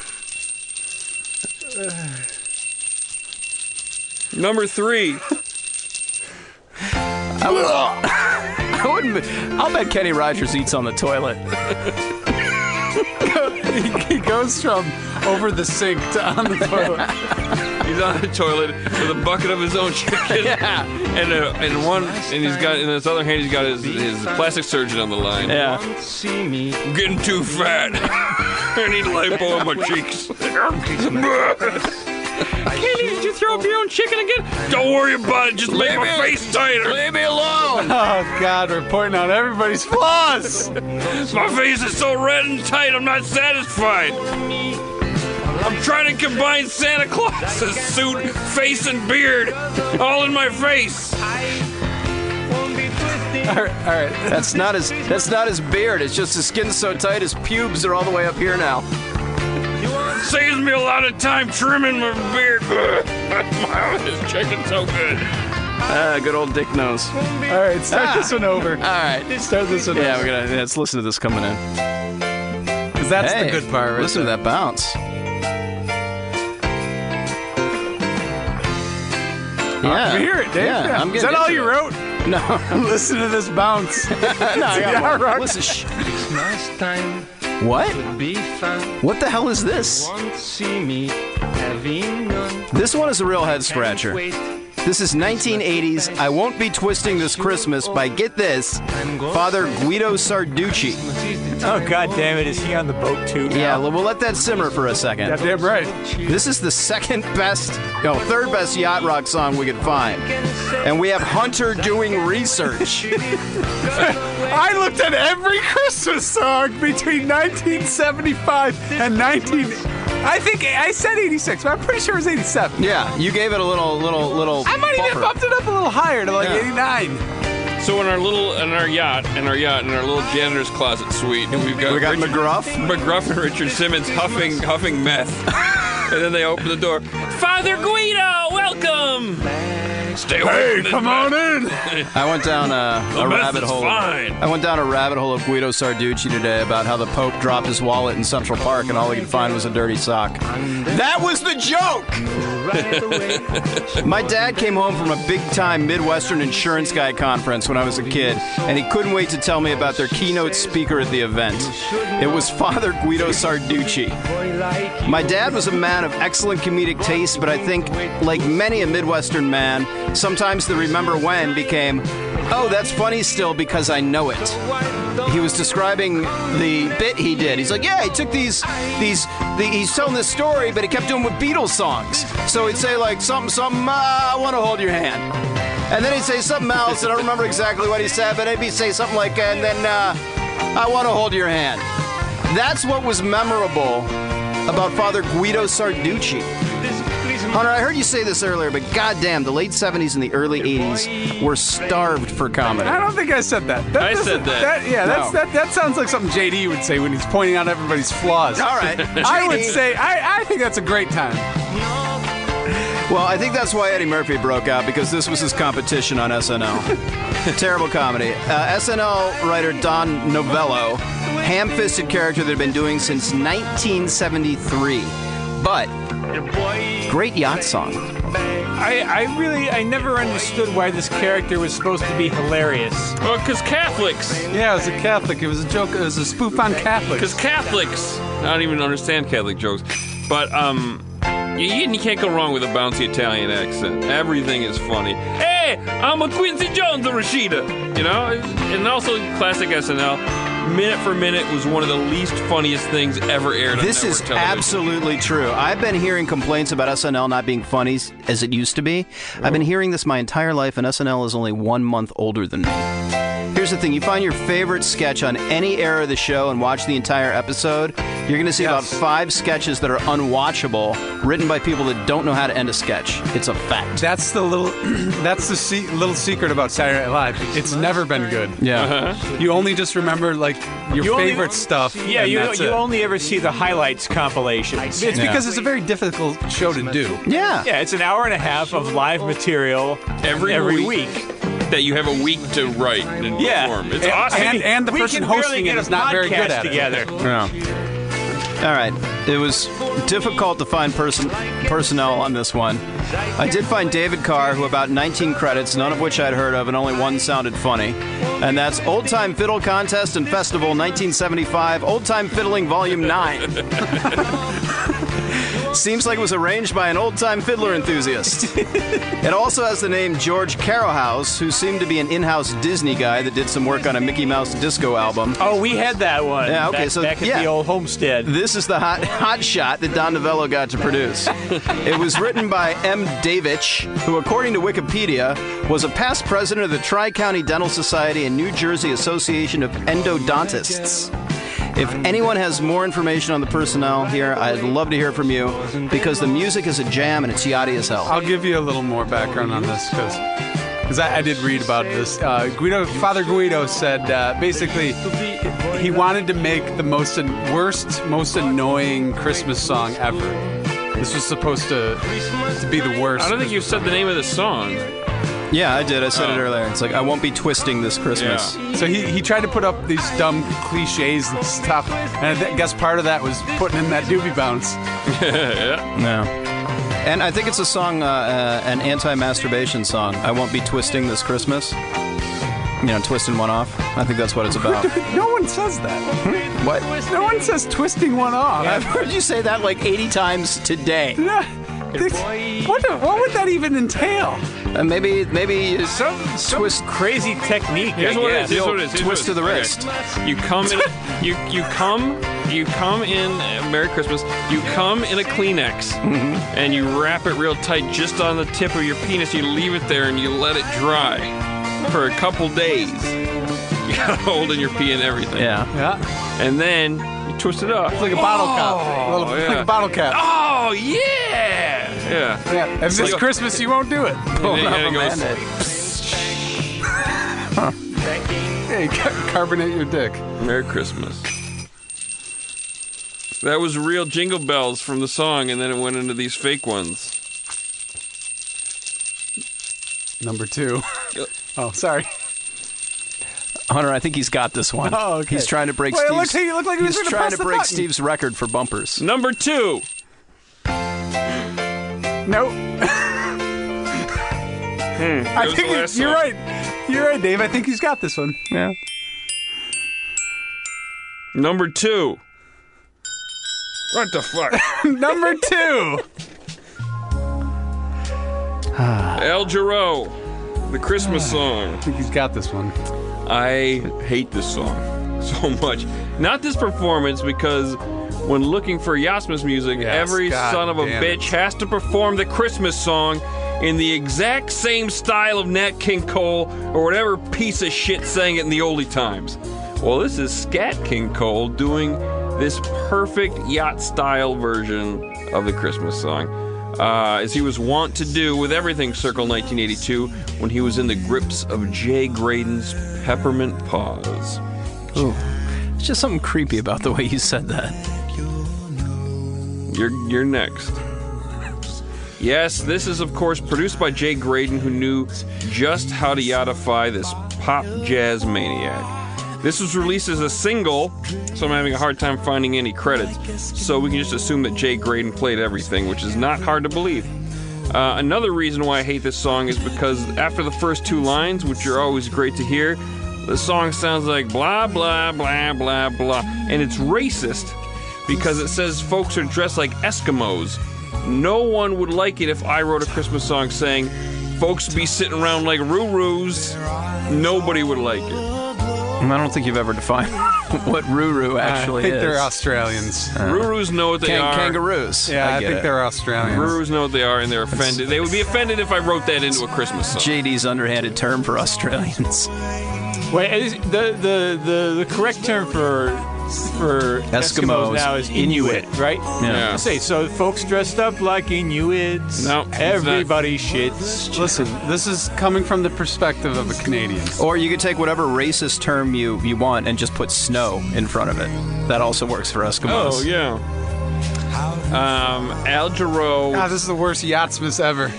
Speaker 2: Number three.
Speaker 4: I wouldn't. be- I'll bet Kenny Rogers eats on the toilet.
Speaker 3: [laughs] he goes from over the sink to on the toilet.
Speaker 2: He's on the toilet with a bucket of his own [laughs] chicken, and a, and one, and he's got in his other hand he's got his, his plastic surgeon on the line.
Speaker 4: Yeah.
Speaker 2: I'm getting too fat. [laughs] I need lipo on my cheeks. Kenny, did you throw up your own chicken again? Don't worry about it. Just make my face tighter. Leave me alone.
Speaker 3: Oh God, we're pointing out everybody's flaws.
Speaker 2: My face is so red and tight. I'm not satisfied. I'm trying to combine Santa Claus's suit, face, and beard, all in my face.
Speaker 4: That's not his. That's not his beard. It's just his skin's so tight. His pubes are all the way up here now.
Speaker 2: Saves me a lot of time trimming my beard. [laughs] this chicken's so good.
Speaker 4: Ah, good old Dick nose. All
Speaker 3: All right, start this one over.
Speaker 4: right.
Speaker 3: Start this one.
Speaker 4: Yeah,
Speaker 3: over.
Speaker 4: we're gonna. yeah, Let's listen to this coming in.
Speaker 3: Because that's
Speaker 4: Hey,
Speaker 3: the good part, right?
Speaker 4: Listen to that bounce. Yeah.
Speaker 3: I can hear it, Dave.
Speaker 4: Yeah, I'm
Speaker 3: Is
Speaker 4: getting
Speaker 3: that all
Speaker 4: into
Speaker 3: you
Speaker 4: it.
Speaker 3: wrote?
Speaker 4: No. [laughs]
Speaker 3: Listen to this bounce.
Speaker 4: no, I got
Speaker 3: Yeah,
Speaker 4: one.
Speaker 3: Rock.
Speaker 4: Listen. Shh. What? What the hell is this? This one is a real head scratcher. This is 1980s I Won't Be Twisting This Christmas by Get This, Father Guido Sarducci.
Speaker 1: Oh god damn it, is he on the boat too?
Speaker 4: Yeah,
Speaker 1: now?
Speaker 4: we'll we'll let that simmer for a second.
Speaker 3: Goddamn right.
Speaker 4: This is the second best, no, third best yacht rock song we could find. And we have Hunter doing
Speaker 3: [laughs]
Speaker 4: research.
Speaker 3: I looked at every Christmas song between 1975 and 19. I think I said 86, but I'm pretty sure it was 87.
Speaker 4: yeah, you gave it a little, little, little.
Speaker 3: I might even
Speaker 4: bumper.
Speaker 3: bumped it up a little higher to like
Speaker 4: Yeah.
Speaker 3: 89.
Speaker 2: So in our little, in our yacht, in our yacht, in our little janitor's closet suite, we've got,
Speaker 4: We got
Speaker 2: Richard,
Speaker 4: McGruff.
Speaker 2: McGruff and Richard Simmons huffing, huffing meth, and then they open the door. Father Guido, welcome. Stay away. Hey,
Speaker 3: Come on in.
Speaker 4: I went down a, a
Speaker 2: meth
Speaker 4: rabbit
Speaker 2: is
Speaker 4: hole.
Speaker 2: fine.
Speaker 4: I went down a rabbit hole of Guido Sarducci today about how the Pope dropped his wallet in Central Park and all he could find was a dirty sock. That was the joke. [laughs] My dad came home from a big time Midwestern insurance guy conference when I was a kid, and he couldn't wait to tell me about their keynote speaker at the event. It was Father Guido Sarducci. My dad was a man of excellent comedic taste, but I think, like many a Midwestern man, sometimes the remember when became, oh, that's funny still because I know it. He was describing the bit he did. He's like, yeah, he took these, these, the, he's telling this story, but he kept doing with Beatles songs. So he'd say, like, something, something, uh, I want to hold your hand. And then he'd say something else, and I don't remember exactly what he said, but he'd say something like, and then, uh, I want to hold your hand. That's what was memorable about Father Guido Sarducci. Hunter, I heard you say this earlier, but goddamn, the late 70s and the early 80s were starved for comedy.
Speaker 3: I don't think I said that. that
Speaker 2: I said
Speaker 3: doesn't-
Speaker 2: that.
Speaker 3: Yeah, that's,
Speaker 4: No.
Speaker 3: that, that sounds like something JD would say when he's pointing out everybody's flaws.
Speaker 4: All
Speaker 3: [laughs]
Speaker 4: right.
Speaker 3: I would
Speaker 4: JD.
Speaker 3: say, I, I think that's a great time.
Speaker 4: Well, I think that's why Eddie Murphy broke out because this was his competition
Speaker 3: [laughs]
Speaker 4: on SNL. Terrible comedy. Uh, SNL writer Don Novello, ham-fisted character that had been doing since 1973, but great yacht song.
Speaker 1: I, I really, I never understood why this character was supposed to be hilarious.
Speaker 2: Well, because Catholics.
Speaker 3: Yeah, it was a Catholic. It was a joke. It was a spoof on Catholics.
Speaker 2: Because Catholics, I don't even understand Catholic jokes, but um, you, you can't go wrong with a bouncy Italian accent. Everything is funny. Hey, I'm a Quincy Jones or Rashida, you know. And also classic SNL. Minute for minute was one of the least funniest things ever aired.
Speaker 4: This
Speaker 2: on network
Speaker 4: is
Speaker 2: television.
Speaker 4: absolutely true. I've been hearing complaints about SNL not being funny s- as it used to be. I've been hearing this my entire life, and SNL is only one month older than me. Here's the thing you find your favorite sketch on any era of the show and watch the entire episode, you're going to see about five sketches that are unwatchable, written by people that don't know how to end a sketch. It's a fact.
Speaker 3: That's the little, [clears throat] that's the se- little secret about Saturday Night Live. It's never been good.
Speaker 4: Yeah.
Speaker 3: You only just remember like your
Speaker 1: Uh-huh. You only-
Speaker 3: favorite stuff.
Speaker 1: Yeah,
Speaker 3: and
Speaker 1: you,
Speaker 3: that's
Speaker 1: you
Speaker 3: it.
Speaker 1: only ever see the highlights compilation. It's
Speaker 3: It's
Speaker 1: be-
Speaker 3: because it's a very difficult show to do.
Speaker 4: Yeah.
Speaker 1: yeah, it's an hour and a half of live material
Speaker 2: Every
Speaker 1: week.
Speaker 2: week. that you have a week to write and
Speaker 1: Yeah.
Speaker 2: perform. It's
Speaker 1: And-
Speaker 2: awesome.
Speaker 3: And and the
Speaker 1: We
Speaker 3: person
Speaker 1: can barely
Speaker 3: hosting
Speaker 1: get
Speaker 3: it
Speaker 1: a
Speaker 3: is not very
Speaker 1: podcast
Speaker 3: good at it.
Speaker 1: together.
Speaker 4: All right. It was difficult to find person personnel on this one. I did find David Carr, who about 19 credits, none of which I'd heard of, and only one sounded funny. And that's Old Time Fiddle Contest and Festival 1975, Old Time Fiddling Volume 9. [laughs] Seems like it was arranged by an old time fiddler enthusiast. It also has the name George Carrowhouse, who seemed to be an in house Disney guy that did some work on a Mickey Mouse disco album.
Speaker 1: Oh, we had that one.
Speaker 4: Yeah, okay,
Speaker 1: back,
Speaker 4: so-
Speaker 1: back at
Speaker 4: yeah.
Speaker 1: the old homestead.
Speaker 4: This is the hot, hot shot that Don Novello got to produce. it was written by M. Davich, who, according to Wikipedia, was a past president of the Tri County Dental Society and New Jersey Association of Endodontists. If anyone has more information on the personnel here, I'd love to hear from you because the music is a jam and it's yachty as hell.
Speaker 3: I'll give you a little more background on this because. I, I did read about this. Uh, Guido, Father Guido said uh, basically he wanted to make the most an- worst, most annoying Christmas song ever. This was supposed to, to be the worst.
Speaker 2: I don't think you said the name of the song.
Speaker 4: Yeah, I did. I said
Speaker 2: it
Speaker 4: it earlier. It's like, I won't be twisting this Christmas.
Speaker 3: So he, he tried to put up these dumb cliches and stuff, and I th- guess part of that was putting in that doobie bounce.
Speaker 4: No. And I think it's a song, uh, uh, an anti-masturbation song. I won't be twisting this Christmas. You know, twisting one off. I think that's what it's
Speaker 3: [laughs]
Speaker 4: about.
Speaker 3: [laughs] No one says that.
Speaker 4: what?
Speaker 3: No one says twisting one off.
Speaker 4: I've heard you say that like 80 times today.
Speaker 3: Nah, [laughs] this- what, the- what would that even entail?
Speaker 4: Uh, maybe, maybe it's
Speaker 1: Some, some
Speaker 4: twist.
Speaker 1: crazy technique.
Speaker 2: Here's
Speaker 1: I
Speaker 2: what it
Speaker 1: guess.
Speaker 2: is. Here's
Speaker 4: The
Speaker 2: what it is.
Speaker 4: old
Speaker 2: here's what
Speaker 4: twist
Speaker 2: it
Speaker 4: of the
Speaker 2: is. Okay.
Speaker 4: wrist.
Speaker 2: You come in. [laughs] A, you you come. You come in. uh, Merry Christmas. You come in a Kleenex
Speaker 3: Mm-hmm.
Speaker 2: and you wrap it real tight, just on the tip of your penis. You leave it there and you let it dry for a couple days. [laughs] You got a hold in your pee and everything.
Speaker 4: Yeah.
Speaker 3: Yeah,
Speaker 2: And then you twist it up. Oh,
Speaker 3: it's like a bottle cap. A little-
Speaker 2: yeah.
Speaker 3: Like a bottle cap.
Speaker 2: Oh yeah. Yeah.
Speaker 3: Yeah, and this
Speaker 2: like-
Speaker 3: Christmas you won't do it.
Speaker 2: And it-
Speaker 3: [laughs]
Speaker 2: and it goes-
Speaker 3: Hey, ca- carbonate your dick.
Speaker 2: Merry Christmas. That was real jingle bells from the song, and then it went into these fake ones.
Speaker 3: Number two. Oh, sorry.
Speaker 4: Hunter, I think he's got this one.
Speaker 3: Oh, okay.
Speaker 4: He's trying to break
Speaker 3: Well, it
Speaker 4: Steve's.
Speaker 3: looked- he looked like he was
Speaker 4: he's
Speaker 3: gonna
Speaker 4: trying
Speaker 3: press
Speaker 4: to
Speaker 3: the
Speaker 4: break
Speaker 3: button.
Speaker 4: Steve's record for bumpers.
Speaker 2: Number two.
Speaker 3: Nope. I
Speaker 2: Hmm. was
Speaker 3: think
Speaker 2: the
Speaker 3: he-
Speaker 2: last song.
Speaker 3: you're right. You're right, Dave. I think he's got this one. [laughs]
Speaker 4: Yeah.
Speaker 2: Number two. What the fuck?
Speaker 3: Number two.
Speaker 2: [laughs] El Giro, the Christmas song.
Speaker 3: I think he's got this one.
Speaker 2: I hate this song [laughs] so much. Not this performance because when looking for Yasmin's music, every
Speaker 3: God
Speaker 2: son of a
Speaker 3: damn it.
Speaker 2: bitch has to perform the Christmas song in the exact same style of Nat King Cole or whatever piece of shit sang it in the oldie times. Well, this is Scat King Cole doing this perfect yacht style version of the Christmas song. uh, as he was wont to do with everything circa 1982 when he was in the grips of Jay Graydon's peppermint paws.
Speaker 4: It's just something creepy about the way you said that.
Speaker 2: You're you're next. Yes, this is of course produced by Jay Graydon, who knew just how to yachtify this pop jazz maniac. This was released as a single, so I'm having a hard time finding any credits. So we can just assume that Jay Graydon played everything, which is not hard to believe. Uh, another reason why I hate this song is because after the first two lines, which are always great to hear, the song sounds like blah, blah, blah, blah, blah. And it's racist because it says folks are dressed like Eskimos. No one would like it if I wrote a Christmas song saying, folks be sitting around like roo-roos. Nobody would like it.
Speaker 4: I don't think you've ever defined [laughs] what Ruru
Speaker 3: I
Speaker 4: actually
Speaker 3: think
Speaker 4: is.
Speaker 3: they're Australians.
Speaker 2: Roo-roos know what they
Speaker 4: Uh-huh. Kang-
Speaker 2: are.
Speaker 4: kangaroos.
Speaker 3: yeah, I,
Speaker 4: get
Speaker 3: think
Speaker 4: it.
Speaker 3: they're Australians.
Speaker 2: Roo-roos know what they are and they're offended. They would be offended if I wrote that into a Christmas song.
Speaker 4: JD's underhanded term for Australians.
Speaker 8: Wait, is the, the the the correct term for for
Speaker 4: Eskimos,
Speaker 8: Eskimos, now is Inuit, right?
Speaker 2: Yeah.
Speaker 8: I say so. Folks dressed up like Inuits.
Speaker 2: No, it's not.
Speaker 8: everybody shits.
Speaker 3: Listen, this is coming from the perspective of a Canadian.
Speaker 4: Or you could take whatever racist term you, you want and just put snow in front of it. That also works for Eskimos.
Speaker 2: Oh, yeah. Um, Al Jarreau.
Speaker 3: Ah, this is the worst yachtsmith ever.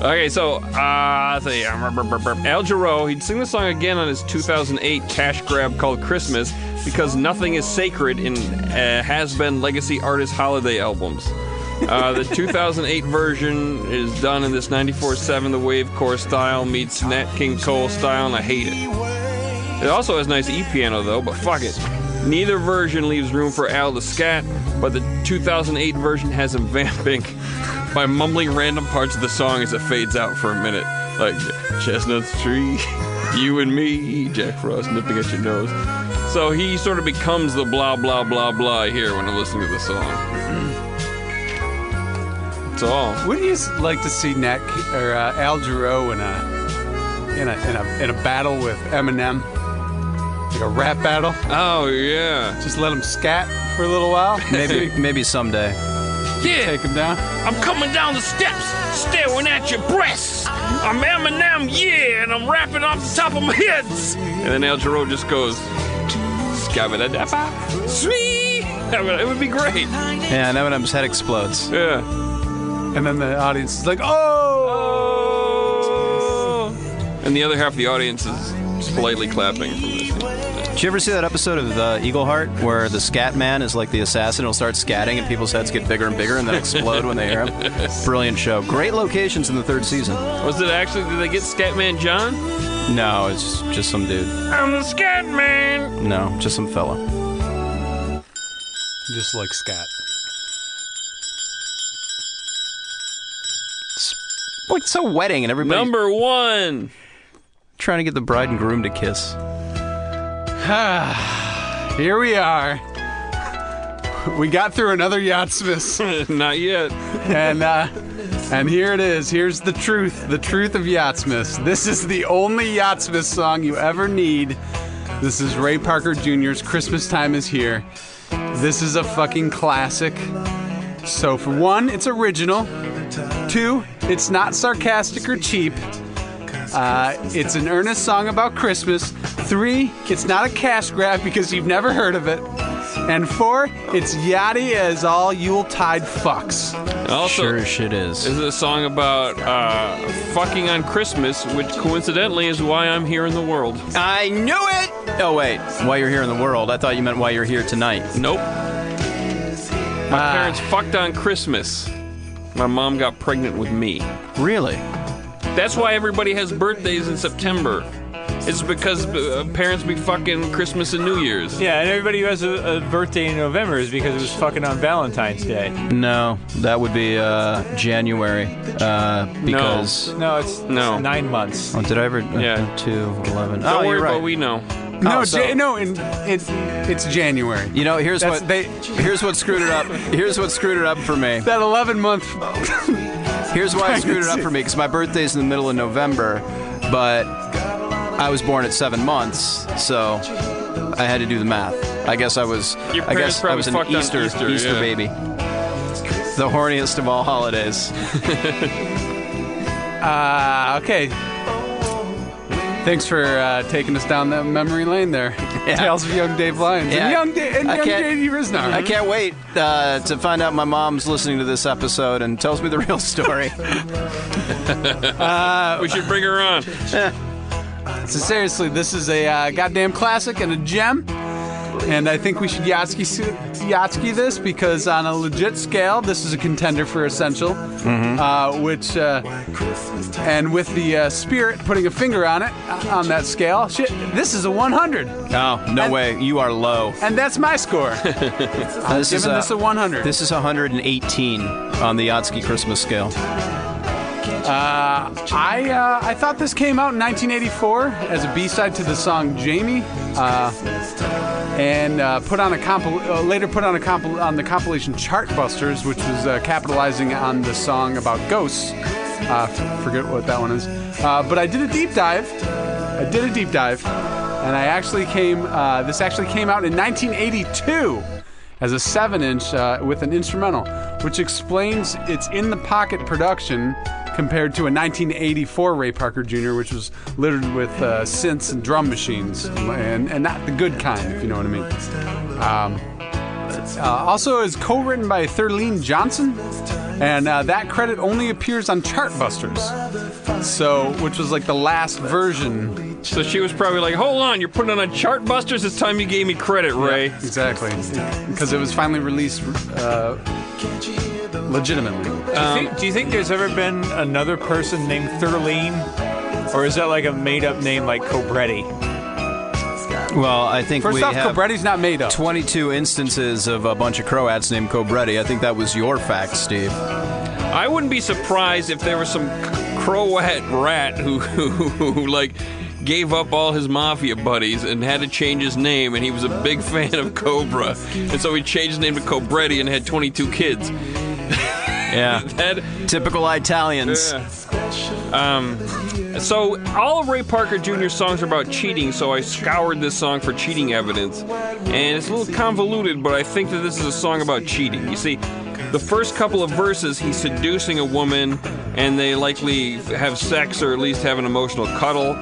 Speaker 2: Okay, so uh, let's see. Al Jarreau, he'd sing the song again on his 2008 cash grab called Christmas because nothing is sacred in uh, has been legacy artist holiday albums. Uh, the 2008 version is done in this 94-7 The Wave Core style meets Nat King Cole style, and I hate it. It also has nice E piano though, but fuck it. Neither version leaves room for Al to scat, but the 2008 version has him [laughs] vamping by mumbling random parts of the song as it fades out for a minute, like chestnuts tree, [laughs] you and me, Jack Frost nipping at your nose. So he sort of becomes the blah blah blah blah here when I'm listening to the song. That's all.
Speaker 3: Wouldn't you s- like to see Nat K- or uh, Al Jarreau in a in a in a in a battle with Eminem, like a rap battle?
Speaker 2: Oh yeah,
Speaker 3: Just let him scat for a little while. [laughs]
Speaker 4: Maybe
Speaker 2: [laughs]
Speaker 4: maybe someday.
Speaker 2: yeah.
Speaker 3: Take him down.
Speaker 2: I'm coming down the steps, staring at your breasts. I'm Eminem, yeah, and I'm rapping off the top of my heads. And then El Jarreau just goes, "Scabba-da-da-ba, sweet. I mean, It would be great.
Speaker 4: Yeah, and Eminem's head explodes.
Speaker 2: Yeah.
Speaker 3: And then the audience is like, oh.
Speaker 2: And the other half of the audience is politely clapping. From this.
Speaker 4: Did you ever see that episode of uh, Eagle Heart where the scat man is like the assassin? He'll start scatting and people's heads get bigger and bigger and then explode when they hear him. Brilliant show. Great locations in the third season.
Speaker 2: Was it actually? Did they get Scatman John?
Speaker 4: No, it's just, just some dude.
Speaker 2: I'm the Scatman.
Speaker 4: No, just some fella.
Speaker 3: Just like scat.
Speaker 4: Boy, it's so wedding and everybody
Speaker 2: Number one.
Speaker 4: trying to get the bride and groom to kiss.
Speaker 3: Here we are. We got through another
Speaker 2: [laughs]
Speaker 3: yachtsmith,
Speaker 2: Not yet.
Speaker 3: and uh, and here it is. Here's the truth. The truth of yachtsmiths. This is the only yachtsmith song you ever need. This is Ray Parker Jr.'s "Christmas Time Is Here." This is a fucking classic. So for one, it's original. Two, it's not sarcastic or cheap. Uh, it's an earnest song about Christmas. Three, it's not a cash grab because you've never heard of it. And four, it's yachty as all Yuletide fucks.
Speaker 2: Also,
Speaker 4: sure as shit is.
Speaker 2: This is a song about uh, fucking on Christmas, which coincidentally is why I'm here in the world.
Speaker 4: I knew it! Oh, wait. Why you're here in the world. I thought you meant why you're here tonight.
Speaker 2: Nope. My
Speaker 4: Ah.
Speaker 2: parents fucked on Christmas. My mom got pregnant with me.
Speaker 4: Really?
Speaker 2: That's why everybody has birthdays in September. It's because uh, parents be fucking Christmas and New Year's.
Speaker 8: Yeah, and everybody who has a, a birthday in November is because it was fucking on Valentine's Day.
Speaker 4: No, that would be uh, January. Uh, because.
Speaker 8: No, it's
Speaker 2: No.
Speaker 8: it's nine months.
Speaker 4: Oh, did I ever?
Speaker 2: Yeah.
Speaker 4: Two, 11.
Speaker 2: Don't
Speaker 4: oh,
Speaker 2: worry
Speaker 4: you're right.
Speaker 2: about we know.
Speaker 3: No,
Speaker 4: so-
Speaker 3: Ja- no, in, it's it's January.
Speaker 4: You know, here's
Speaker 3: That's-
Speaker 4: what
Speaker 3: they-
Speaker 4: here's what screwed it [laughs] up. Here's what screwed it up for me.
Speaker 3: That 11 month.
Speaker 4: Here's
Speaker 3: [laughs]
Speaker 4: why it screwed it up for me because my birthday's in the middle of November, but I was born at seven months, so I had to do the math. I guess I was.
Speaker 2: Your
Speaker 4: I
Speaker 2: parents
Speaker 4: guess I
Speaker 2: probably
Speaker 4: was an
Speaker 2: fucked on
Speaker 4: Easter
Speaker 2: Easter, yeah.
Speaker 4: baby. The horniest of all holidays.
Speaker 3: Ah, okay. Thanks for uh, taking us down that memory lane there. Tales of Young Dave Lyons
Speaker 4: Yeah.
Speaker 3: and Young, da- and
Speaker 4: I
Speaker 3: young
Speaker 4: can't-
Speaker 3: JD Riznar.
Speaker 4: I can't wait uh, to find out my mom's listening to this episode and tells me the [laughs] real story.
Speaker 2: We should bring her on.
Speaker 3: So seriously, this is a uh, goddamn classic and a gem. And I think we should Yatsky, Yatsky this because on a legit scale, this is a contender for Essential. Uh, which, uh, and with the uh, spirit putting a finger on it, uh, on that scale, shit, this is a 100.
Speaker 4: oh, no way. You are low.
Speaker 3: And that's my score.
Speaker 4: this
Speaker 3: Giving this a 100.
Speaker 4: uh, This is 118 on the Yatsky Christmas scale.
Speaker 3: I, uh, I thought this came out in 1984 as a B-side to the song Jamie, uh, and uh, put on a compil- uh, later put on a compil- on the compilation Chartbusters, which was uh, capitalizing on the song about ghosts. Uh, f- forget what that one is, uh, but I did a deep dive. I did a deep dive, and I actually came. Uh, this actually came out in 1982 as a seven-inch uh, with an instrumental, which explains its in-the-pocket production compared to a 1984 Ray Parker Jr., which was littered with uh, synths and drum machines, and, and not the good kind, if you know what I mean. Um, uh, also, is co-written by Thurleen Johnson, and uh, that credit only appears on Chartbusters, so which was like the last version.
Speaker 2: So she was probably like, "Hold on, you're putting on Chartbusters. It's time you gave me credit, Ray."
Speaker 3: Exactly, because it was finally released uh, legitimately.
Speaker 1: do, you think, do you think there's ever been another person named Thurleen? Or is that like a made up name like Cobretti?
Speaker 4: Well, I think
Speaker 3: First
Speaker 4: we
Speaker 3: off,
Speaker 4: have
Speaker 3: Cobretti's not made up.
Speaker 4: 22 instances of a bunch of Croats named Cobretti. I think that was your fact, Steve.
Speaker 2: I wouldn't be surprised if there was some c- Croat rat who, [laughs] who, who like gave up all his mafia buddies and had to change his name, and he was a big [laughs] fan of Cobra, and so he changed his name to Cobretti and had 22 kids.
Speaker 4: Yeah.
Speaker 2: That
Speaker 4: Typical Italians.
Speaker 2: Um, so all of Ray Parker Jr.'s songs are about cheating, so I scoured this song for cheating evidence, and it's a little convoluted, but I think that this is a song about cheating. You see, the first couple of verses, he's seducing a woman, and they likely have sex or at least have an emotional cuddle,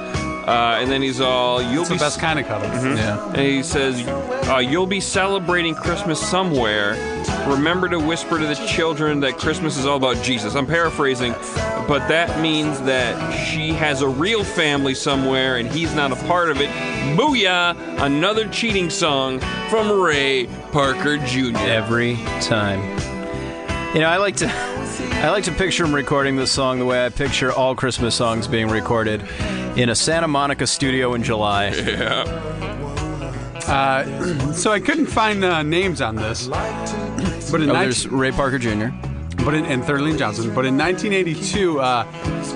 Speaker 2: uh, and then he's all, "You'll
Speaker 3: It's
Speaker 2: be
Speaker 3: the best kind of cuddle.
Speaker 4: Yeah.
Speaker 2: and he says, uh, You'll be celebrating Christmas somewhere. Remember to whisper to the children that Christmas is all about Jesus. I'm paraphrasing, but that means that she has a real family somewhere and he's not a part of it. Booyah! Another cheating song from Ray Parker Jr.
Speaker 4: Every time. You know, I like to I like to picture him recording this song the way I picture all Christmas songs being recorded in a Santa Monica studio in July.
Speaker 3: Uh, so I couldn't find uh, names on this, but in 19
Speaker 4: Oh, there's Ray Parker Jr.
Speaker 3: but in, and Thurleen Johnson. But in 1982, uh,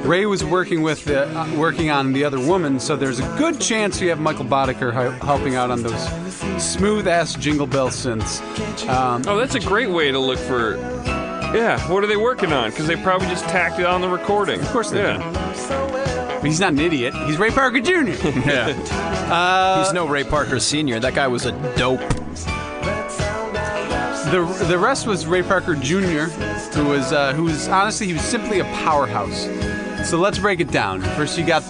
Speaker 3: Ray was working with the, uh, working on the other woman. So there's a good chance you have Michael Boddicker he- helping out on those smooth ass jingle bell synths. Um,
Speaker 2: Oh, that's a great way to look for. Yeah, what are they working on? Because they probably just tacked it on the recording. Of
Speaker 3: course they
Speaker 2: yeah.
Speaker 3: but he's not an idiot. He's Ray Parker Jr.
Speaker 4: He's no Ray Parker Sr. That guy was a dope.
Speaker 3: the the rest was Ray Parker Jr., who was uh, who was honestly he was simply a powerhouse. So let's break it down. First, you got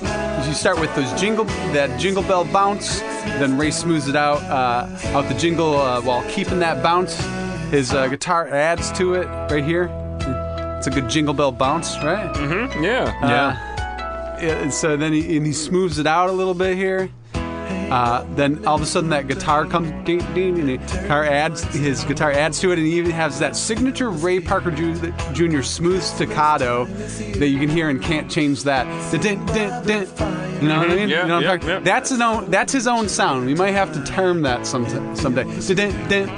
Speaker 3: you start with those jingle that jingle bell bounce, then Ray smooths it out uh, out the jingle uh, while keeping that bounce. His uh, guitar adds to it right here. It's a good jingle bell bounce, right?
Speaker 2: Yeah. [laughs]
Speaker 3: Uh, Yeah. and so then he, and he smooths it out a little bit here. Uh, then all of a sudden that guitar comes ding ding and the guitar adds his guitar adds to it and he even has that signature Ray Parker Ju- Jr. smooth staccato that you can hear and can't change that. The din, din, din. You know what I
Speaker 2: Mm-hmm.
Speaker 3: mean?
Speaker 2: Yeah,
Speaker 3: you know what I'm
Speaker 2: yeah,
Speaker 3: talking-
Speaker 2: yeah.
Speaker 3: That's an own, that's his own sound. We might have to term that sometime someday. Da- din, din.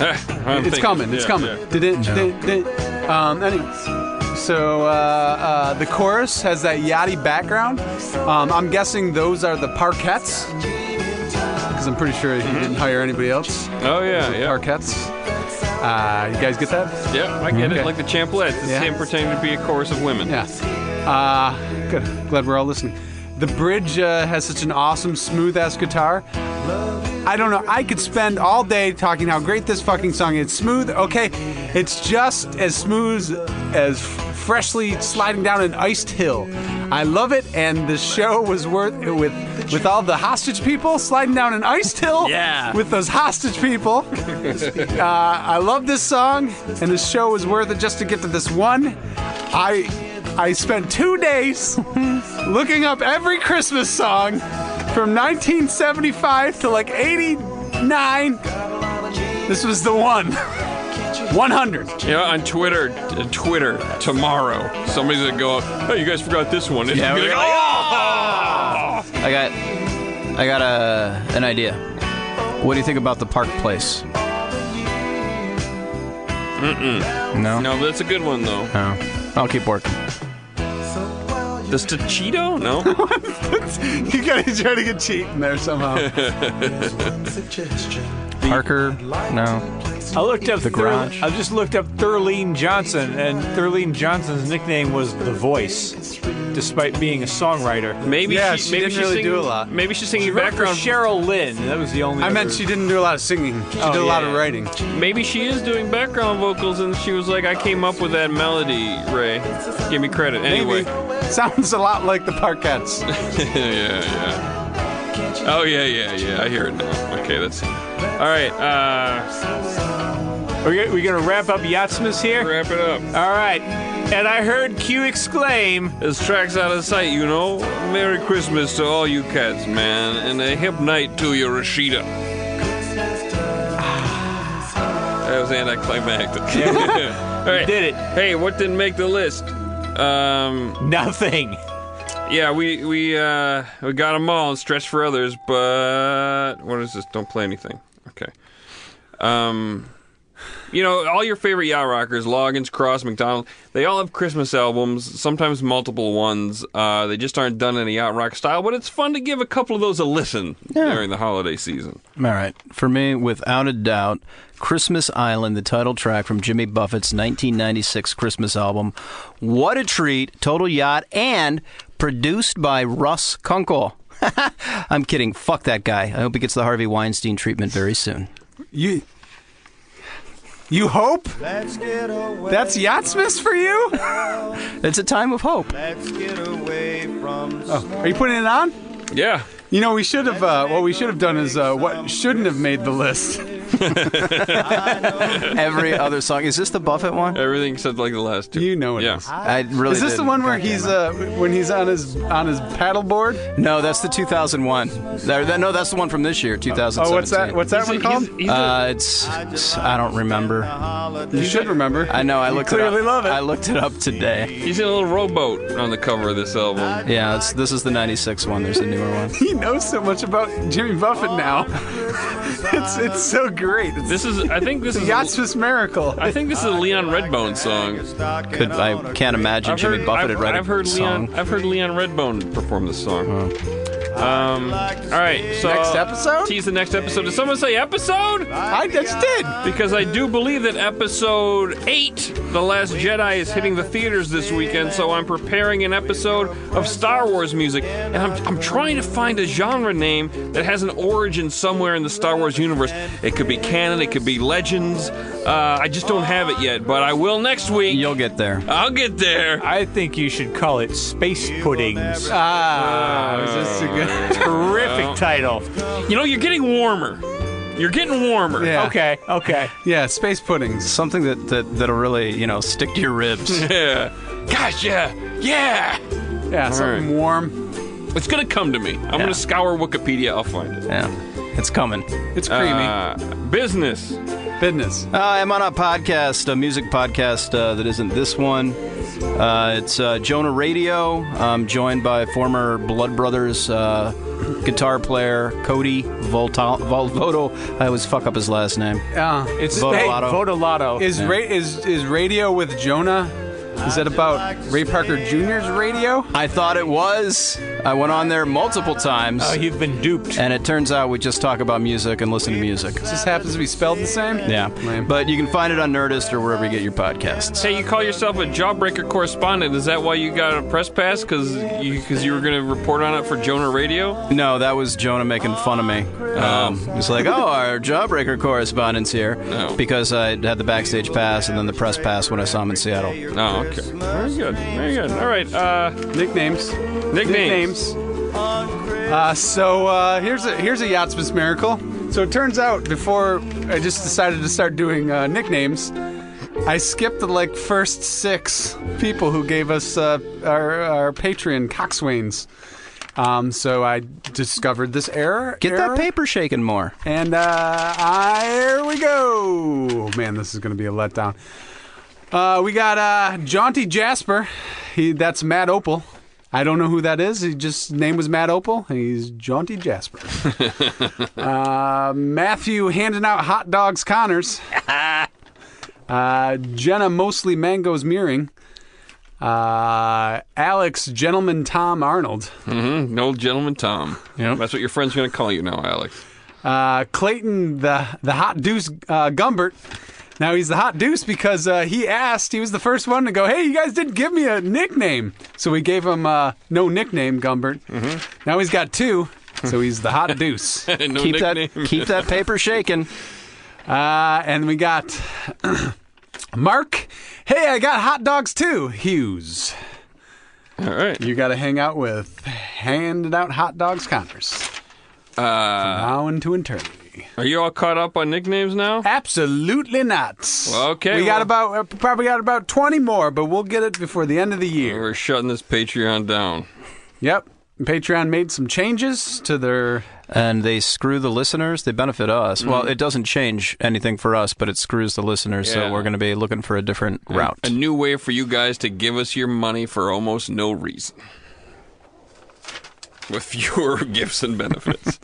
Speaker 2: I'm
Speaker 3: It's
Speaker 2: thinking-
Speaker 3: coming. It's
Speaker 2: yeah,
Speaker 3: coming.
Speaker 2: yeah.
Speaker 3: Dun-dun, dun-dun. Um, anyways, so uh, uh, the chorus has that yachty background. Um, I'm guessing those are the Parkettes, because I'm pretty sure he
Speaker 2: Mm-hmm.
Speaker 3: didn't hire anybody else.
Speaker 2: Oh, yeah, yeah.
Speaker 3: Parkettes. Uh, you guys get that?
Speaker 2: Yeah, I get
Speaker 3: Okay.
Speaker 2: it. Like the Champlets, it's
Speaker 3: Yeah.
Speaker 2: him pretending to be a chorus of women.
Speaker 3: Yeah. Uh, good. Glad we're all listening. The bridge uh, has such an awesome, smooth ass guitar. I don't know. I could spend all day talking how great this fucking song is. It's smooth, okay? It's just as smooth as freshly sliding down an iced hill. I love it, and the show was worth with with all the hostage people sliding down an iced hill.
Speaker 4: Yeah.
Speaker 3: With those hostage people. Uh, I love this song, and this show was worth it just to get to this one. I I spent two days [laughs] looking up every Christmas song from 1975 to like 89. This was the one. [laughs] 100.
Speaker 2: Yeah, on Twitter, t- Twitter tomorrow, somebody's gonna go, "Oh, you guys forgot this one." It's
Speaker 4: Yeah,
Speaker 2: gonna be
Speaker 4: we're
Speaker 2: like, "Oh!"
Speaker 4: I got, I got a an idea. What do you think about the Park Place?
Speaker 2: "Oh!" No, but that's a good one though.
Speaker 4: Oh, I'll keep working.
Speaker 2: The Stachito? No,
Speaker 3: you gotta try to get cheap in there somehow. [laughs]
Speaker 4: Parker? No.
Speaker 1: I looked up the
Speaker 4: garage.
Speaker 1: I just looked up Thurleen Johnson, and Thurleen Johnson's nickname was the Voice, despite being a songwriter.
Speaker 2: maybe
Speaker 3: Yeah,
Speaker 2: she,
Speaker 3: she
Speaker 2: maybe
Speaker 3: didn't
Speaker 2: she's
Speaker 3: really
Speaker 2: singing,
Speaker 3: do a lot.
Speaker 2: Maybe she's singing
Speaker 1: She wrote for
Speaker 2: background.
Speaker 1: Cheryl Lynn. That was the only.
Speaker 3: I meant
Speaker 1: other-
Speaker 3: she didn't do a lot of singing. She
Speaker 1: Oh,
Speaker 3: did a lot
Speaker 1: yeah.
Speaker 3: of writing.
Speaker 2: Maybe she is doing background vocals, and she was like, "I came up with that melody, Ray. Give me credit." Anyway, [laughs]
Speaker 3: Sounds a lot like the [laughs] Parkettes.
Speaker 2: yeah, yeah. Oh yeah, yeah, yeah. I hear it now. Okay, that's all right. Uh,
Speaker 1: Are we, we gonna wrap up Yatsmas here?
Speaker 2: wrap it up.
Speaker 1: All right. And I heard Q exclaim,
Speaker 2: This track's out of sight, you know. Merry Christmas to all you cats, man, and a hip night to you, Rashida. [sighs] That was
Speaker 1: [laughs]
Speaker 2: anticlimactic. [laughs] all right.
Speaker 1: did it.
Speaker 2: Hey, what didn't make the list? Um,
Speaker 1: "Nothing."
Speaker 2: yeah, we we uh, we got them all and stretched for others, but what is this? Don't play anything. Okay. Um, you know, all your favorite yacht rockers, Loggins, Cross, McDonald, they all have Christmas albums, sometimes multiple ones. Uh, they just aren't done in a yacht rock style, but it's fun to give a couple of those a listen during the holiday season.
Speaker 4: All right. For me, without a doubt, Christmas Island, the title track from Jimmy Buffett's 1996 Christmas album. What a treat! Total Yacht and produced by Russ Kunkel. [laughs] I'm kidding. Fuck that guy. I hope he gets the Harvey Weinstein treatment very soon.
Speaker 3: You. You hope? That's Yachtsmith for you? [laughs]
Speaker 4: It's a time of hope.
Speaker 3: Oh, Are you putting it on?
Speaker 2: Yeah.
Speaker 3: You know, we should have. Uh, what we should have done is uh, what shouldn't have made the list.
Speaker 4: Every other song. Is this the Buffett one?
Speaker 2: Everything except like the last two.
Speaker 3: You know it
Speaker 2: yeah.
Speaker 3: is.
Speaker 4: I really
Speaker 3: Is this the
Speaker 4: didn't.
Speaker 3: one where
Speaker 4: God damn
Speaker 3: he's
Speaker 4: it.
Speaker 3: uh, when he's on his on his paddleboard?
Speaker 4: No, that's the 2001. There- that- no, that's the one from this year, 2017.
Speaker 3: Oh, what's that? What's that one called?
Speaker 4: Uh, it's, it's- I don't remember.
Speaker 3: You should remember.
Speaker 4: I know. I
Speaker 3: You
Speaker 4: looked
Speaker 3: clearly
Speaker 4: it up.
Speaker 3: love it.
Speaker 4: I looked it up today.
Speaker 2: He's in a little rowboat on the cover of this album.
Speaker 4: Yeah, it's, this is the '96 one. There's a newer one.
Speaker 3: [laughs] he knows so much about Jimmy Buffett now. [laughs] it's it's so great. It's
Speaker 2: Oh, This is, Uh, I think this
Speaker 3: the
Speaker 2: is.
Speaker 3: Yachtsmith miracle.
Speaker 2: I think this is a Leon Redbone song.
Speaker 4: Could I can't imagine Jimmy Buffett
Speaker 2: I've,
Speaker 4: had write
Speaker 2: I've
Speaker 4: a
Speaker 2: heard
Speaker 4: song.
Speaker 2: Leon. I've heard Leon Redbone perform this song. Um, all right, so uh,
Speaker 3: Next episode?
Speaker 2: Tease the next episode. Did someone say episode?
Speaker 3: I just did.
Speaker 2: Because I do believe that episode eight, The Last Jedi, is hitting the theaters this weekend. So I'm preparing an episode of Star Wars music, and I'm, I'm trying to find a genre name that has an origin somewhere in the Star Wars universe. It could be canon. It could be legends. Uh, I just don't have it yet, but I will next week.
Speaker 4: You'll get there.
Speaker 2: I'll get there.
Speaker 1: I think you should call it Space Puddings.
Speaker 3: Ah, was this a good?
Speaker 1: Terrific title.
Speaker 2: You know, you're getting warmer. You're getting warmer.
Speaker 3: Yeah.
Speaker 1: Okay, okay.
Speaker 3: [laughs] Yeah, space puddings.
Speaker 4: Something that, that that'll really you know stick to
Speaker 3: [laughs]
Speaker 4: your ribs.
Speaker 2: [laughs] Yeah. Gosh, yeah. Yeah.
Speaker 3: Yeah, something warm.
Speaker 2: It's going to come to me. I'm going to scour Wikipedia. I'll find it.
Speaker 4: yeah, it's coming.
Speaker 3: It's creamy.
Speaker 2: Uh, business.
Speaker 3: Business.
Speaker 4: Uh, I'm on a podcast, a music podcast uh, that isn't this one. Uh, it's uh, Jonah Radio. I'm joined by former Blood Brothers uh, guitar player Cody Volta- Volvoto. I always fuck up his last name.
Speaker 3: Uh,
Speaker 1: It's
Speaker 2: [laughs]
Speaker 4: Vodolato.
Speaker 1: Hey, Vodolato.
Speaker 3: Is ra- is is radio with Jonah? Is that about Ray Parker Jr.'s radio?
Speaker 4: I thought it was. I went on there multiple times,
Speaker 1: Oh, you've been duped.
Speaker 4: and it turns out we just talk about music and listen to music.
Speaker 3: Just happens to be spelled the same.
Speaker 4: Yeah,
Speaker 3: Lame.
Speaker 4: but you can find it on Nerdist or wherever you get your podcasts.
Speaker 2: Hey, you call yourself a jawbreaker correspondent. Is that why you got a press pass? Because you, 'cause you were going to report on it for Jonah Radio?
Speaker 4: No, that was Jonah making fun of me. Um, he's like, "Oh, our jawbreaker correspondent's here,"
Speaker 2: No.
Speaker 4: because I had the backstage pass and then the press pass when I saw him in Seattle.
Speaker 2: Oh, okay. Very good. Very good. All right. Uh,
Speaker 3: Nicknames.
Speaker 2: nicknames.
Speaker 3: Nicknames. Uh, so uh, here's a here's a yachtsman's miracle. So it turns out before I just decided to start doing uh, nicknames, I skipped the like first six people who gave us uh, our our Patreon coxswains. Um, so I discovered this error.
Speaker 4: Get
Speaker 3: error,
Speaker 4: that paper shaking more.
Speaker 3: And uh, I, here we go. Man, this is going to be a letdown. Uh, we got uh, Jaunty Jasper. He, that's Matt Opal. I don't know who that is. He just his name was Matt Opal. and He's Jaunty Jasper. uh, Matthew handing out hot dogs. Connors. uh, Jenna mostly mangoes mirroring. Uh, Alex Gentleman Tom Arnold.
Speaker 2: An old gentleman Tom. That's what your friend's going to call you now, Alex.
Speaker 3: uh, Clayton the the hot deuce uh, Gumbert. Now he's the hot deuce because uh, he asked. He was the first one to go. Hey, you guys didn't give me a nickname, so we gave him uh, no nickname Gumbert. Now he's got two, so he's the hot deuce.
Speaker 2: no
Speaker 4: Keep
Speaker 2: nickname.
Speaker 4: that keep that paper shaking.
Speaker 3: Uh, and we got [clears throat] Mark. Hey, I got hot dogs too, Hughes.
Speaker 2: All right.
Speaker 3: You got to hang out with handing out hot dogs, Connors.
Speaker 2: Uh,
Speaker 3: now into eternity.
Speaker 2: are you all caught up on nicknames now?
Speaker 3: Absolutely not.
Speaker 2: Well, okay,
Speaker 3: We got
Speaker 2: well-
Speaker 3: about uh, probably got about twenty more, but we'll get it before the end of the year.
Speaker 2: We're shutting this Patreon down.
Speaker 3: Yep. Patreon made some changes to their.
Speaker 4: And they screw the listeners. They benefit us. Well, it doesn't change anything for us, but it screws the listeners.
Speaker 2: Yeah.
Speaker 4: So we're going to be looking for a different route.
Speaker 2: A new way for you guys to give us your money for almost no reason. With [laughs] fewer gifts and benefits.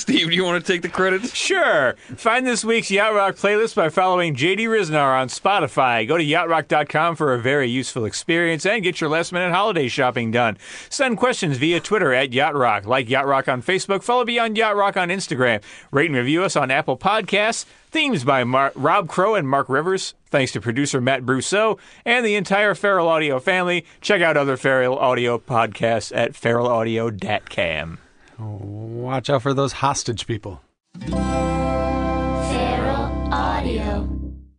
Speaker 2: Steve, do you want to take the credits?
Speaker 1: Sure. Find this week's Yacht Rock playlist by following JD Riznar on Spotify. Go to yachtrock.com for a very useful experience and get your last minute holiday shopping done. Send questions via Twitter at Yacht Rock. Like Yacht Rock on Facebook. Follow Beyond Yacht Rock on Instagram. Rate and review us on Apple Podcasts. Themes by Mar- Rob Crow and Mark Rivers. Thanks to producer Matt Brousseau and the entire Feral Audio family. Check out other Feral Audio podcasts at feralaudio.com.
Speaker 3: Watch out for those hostage people.
Speaker 9: Feral Audio.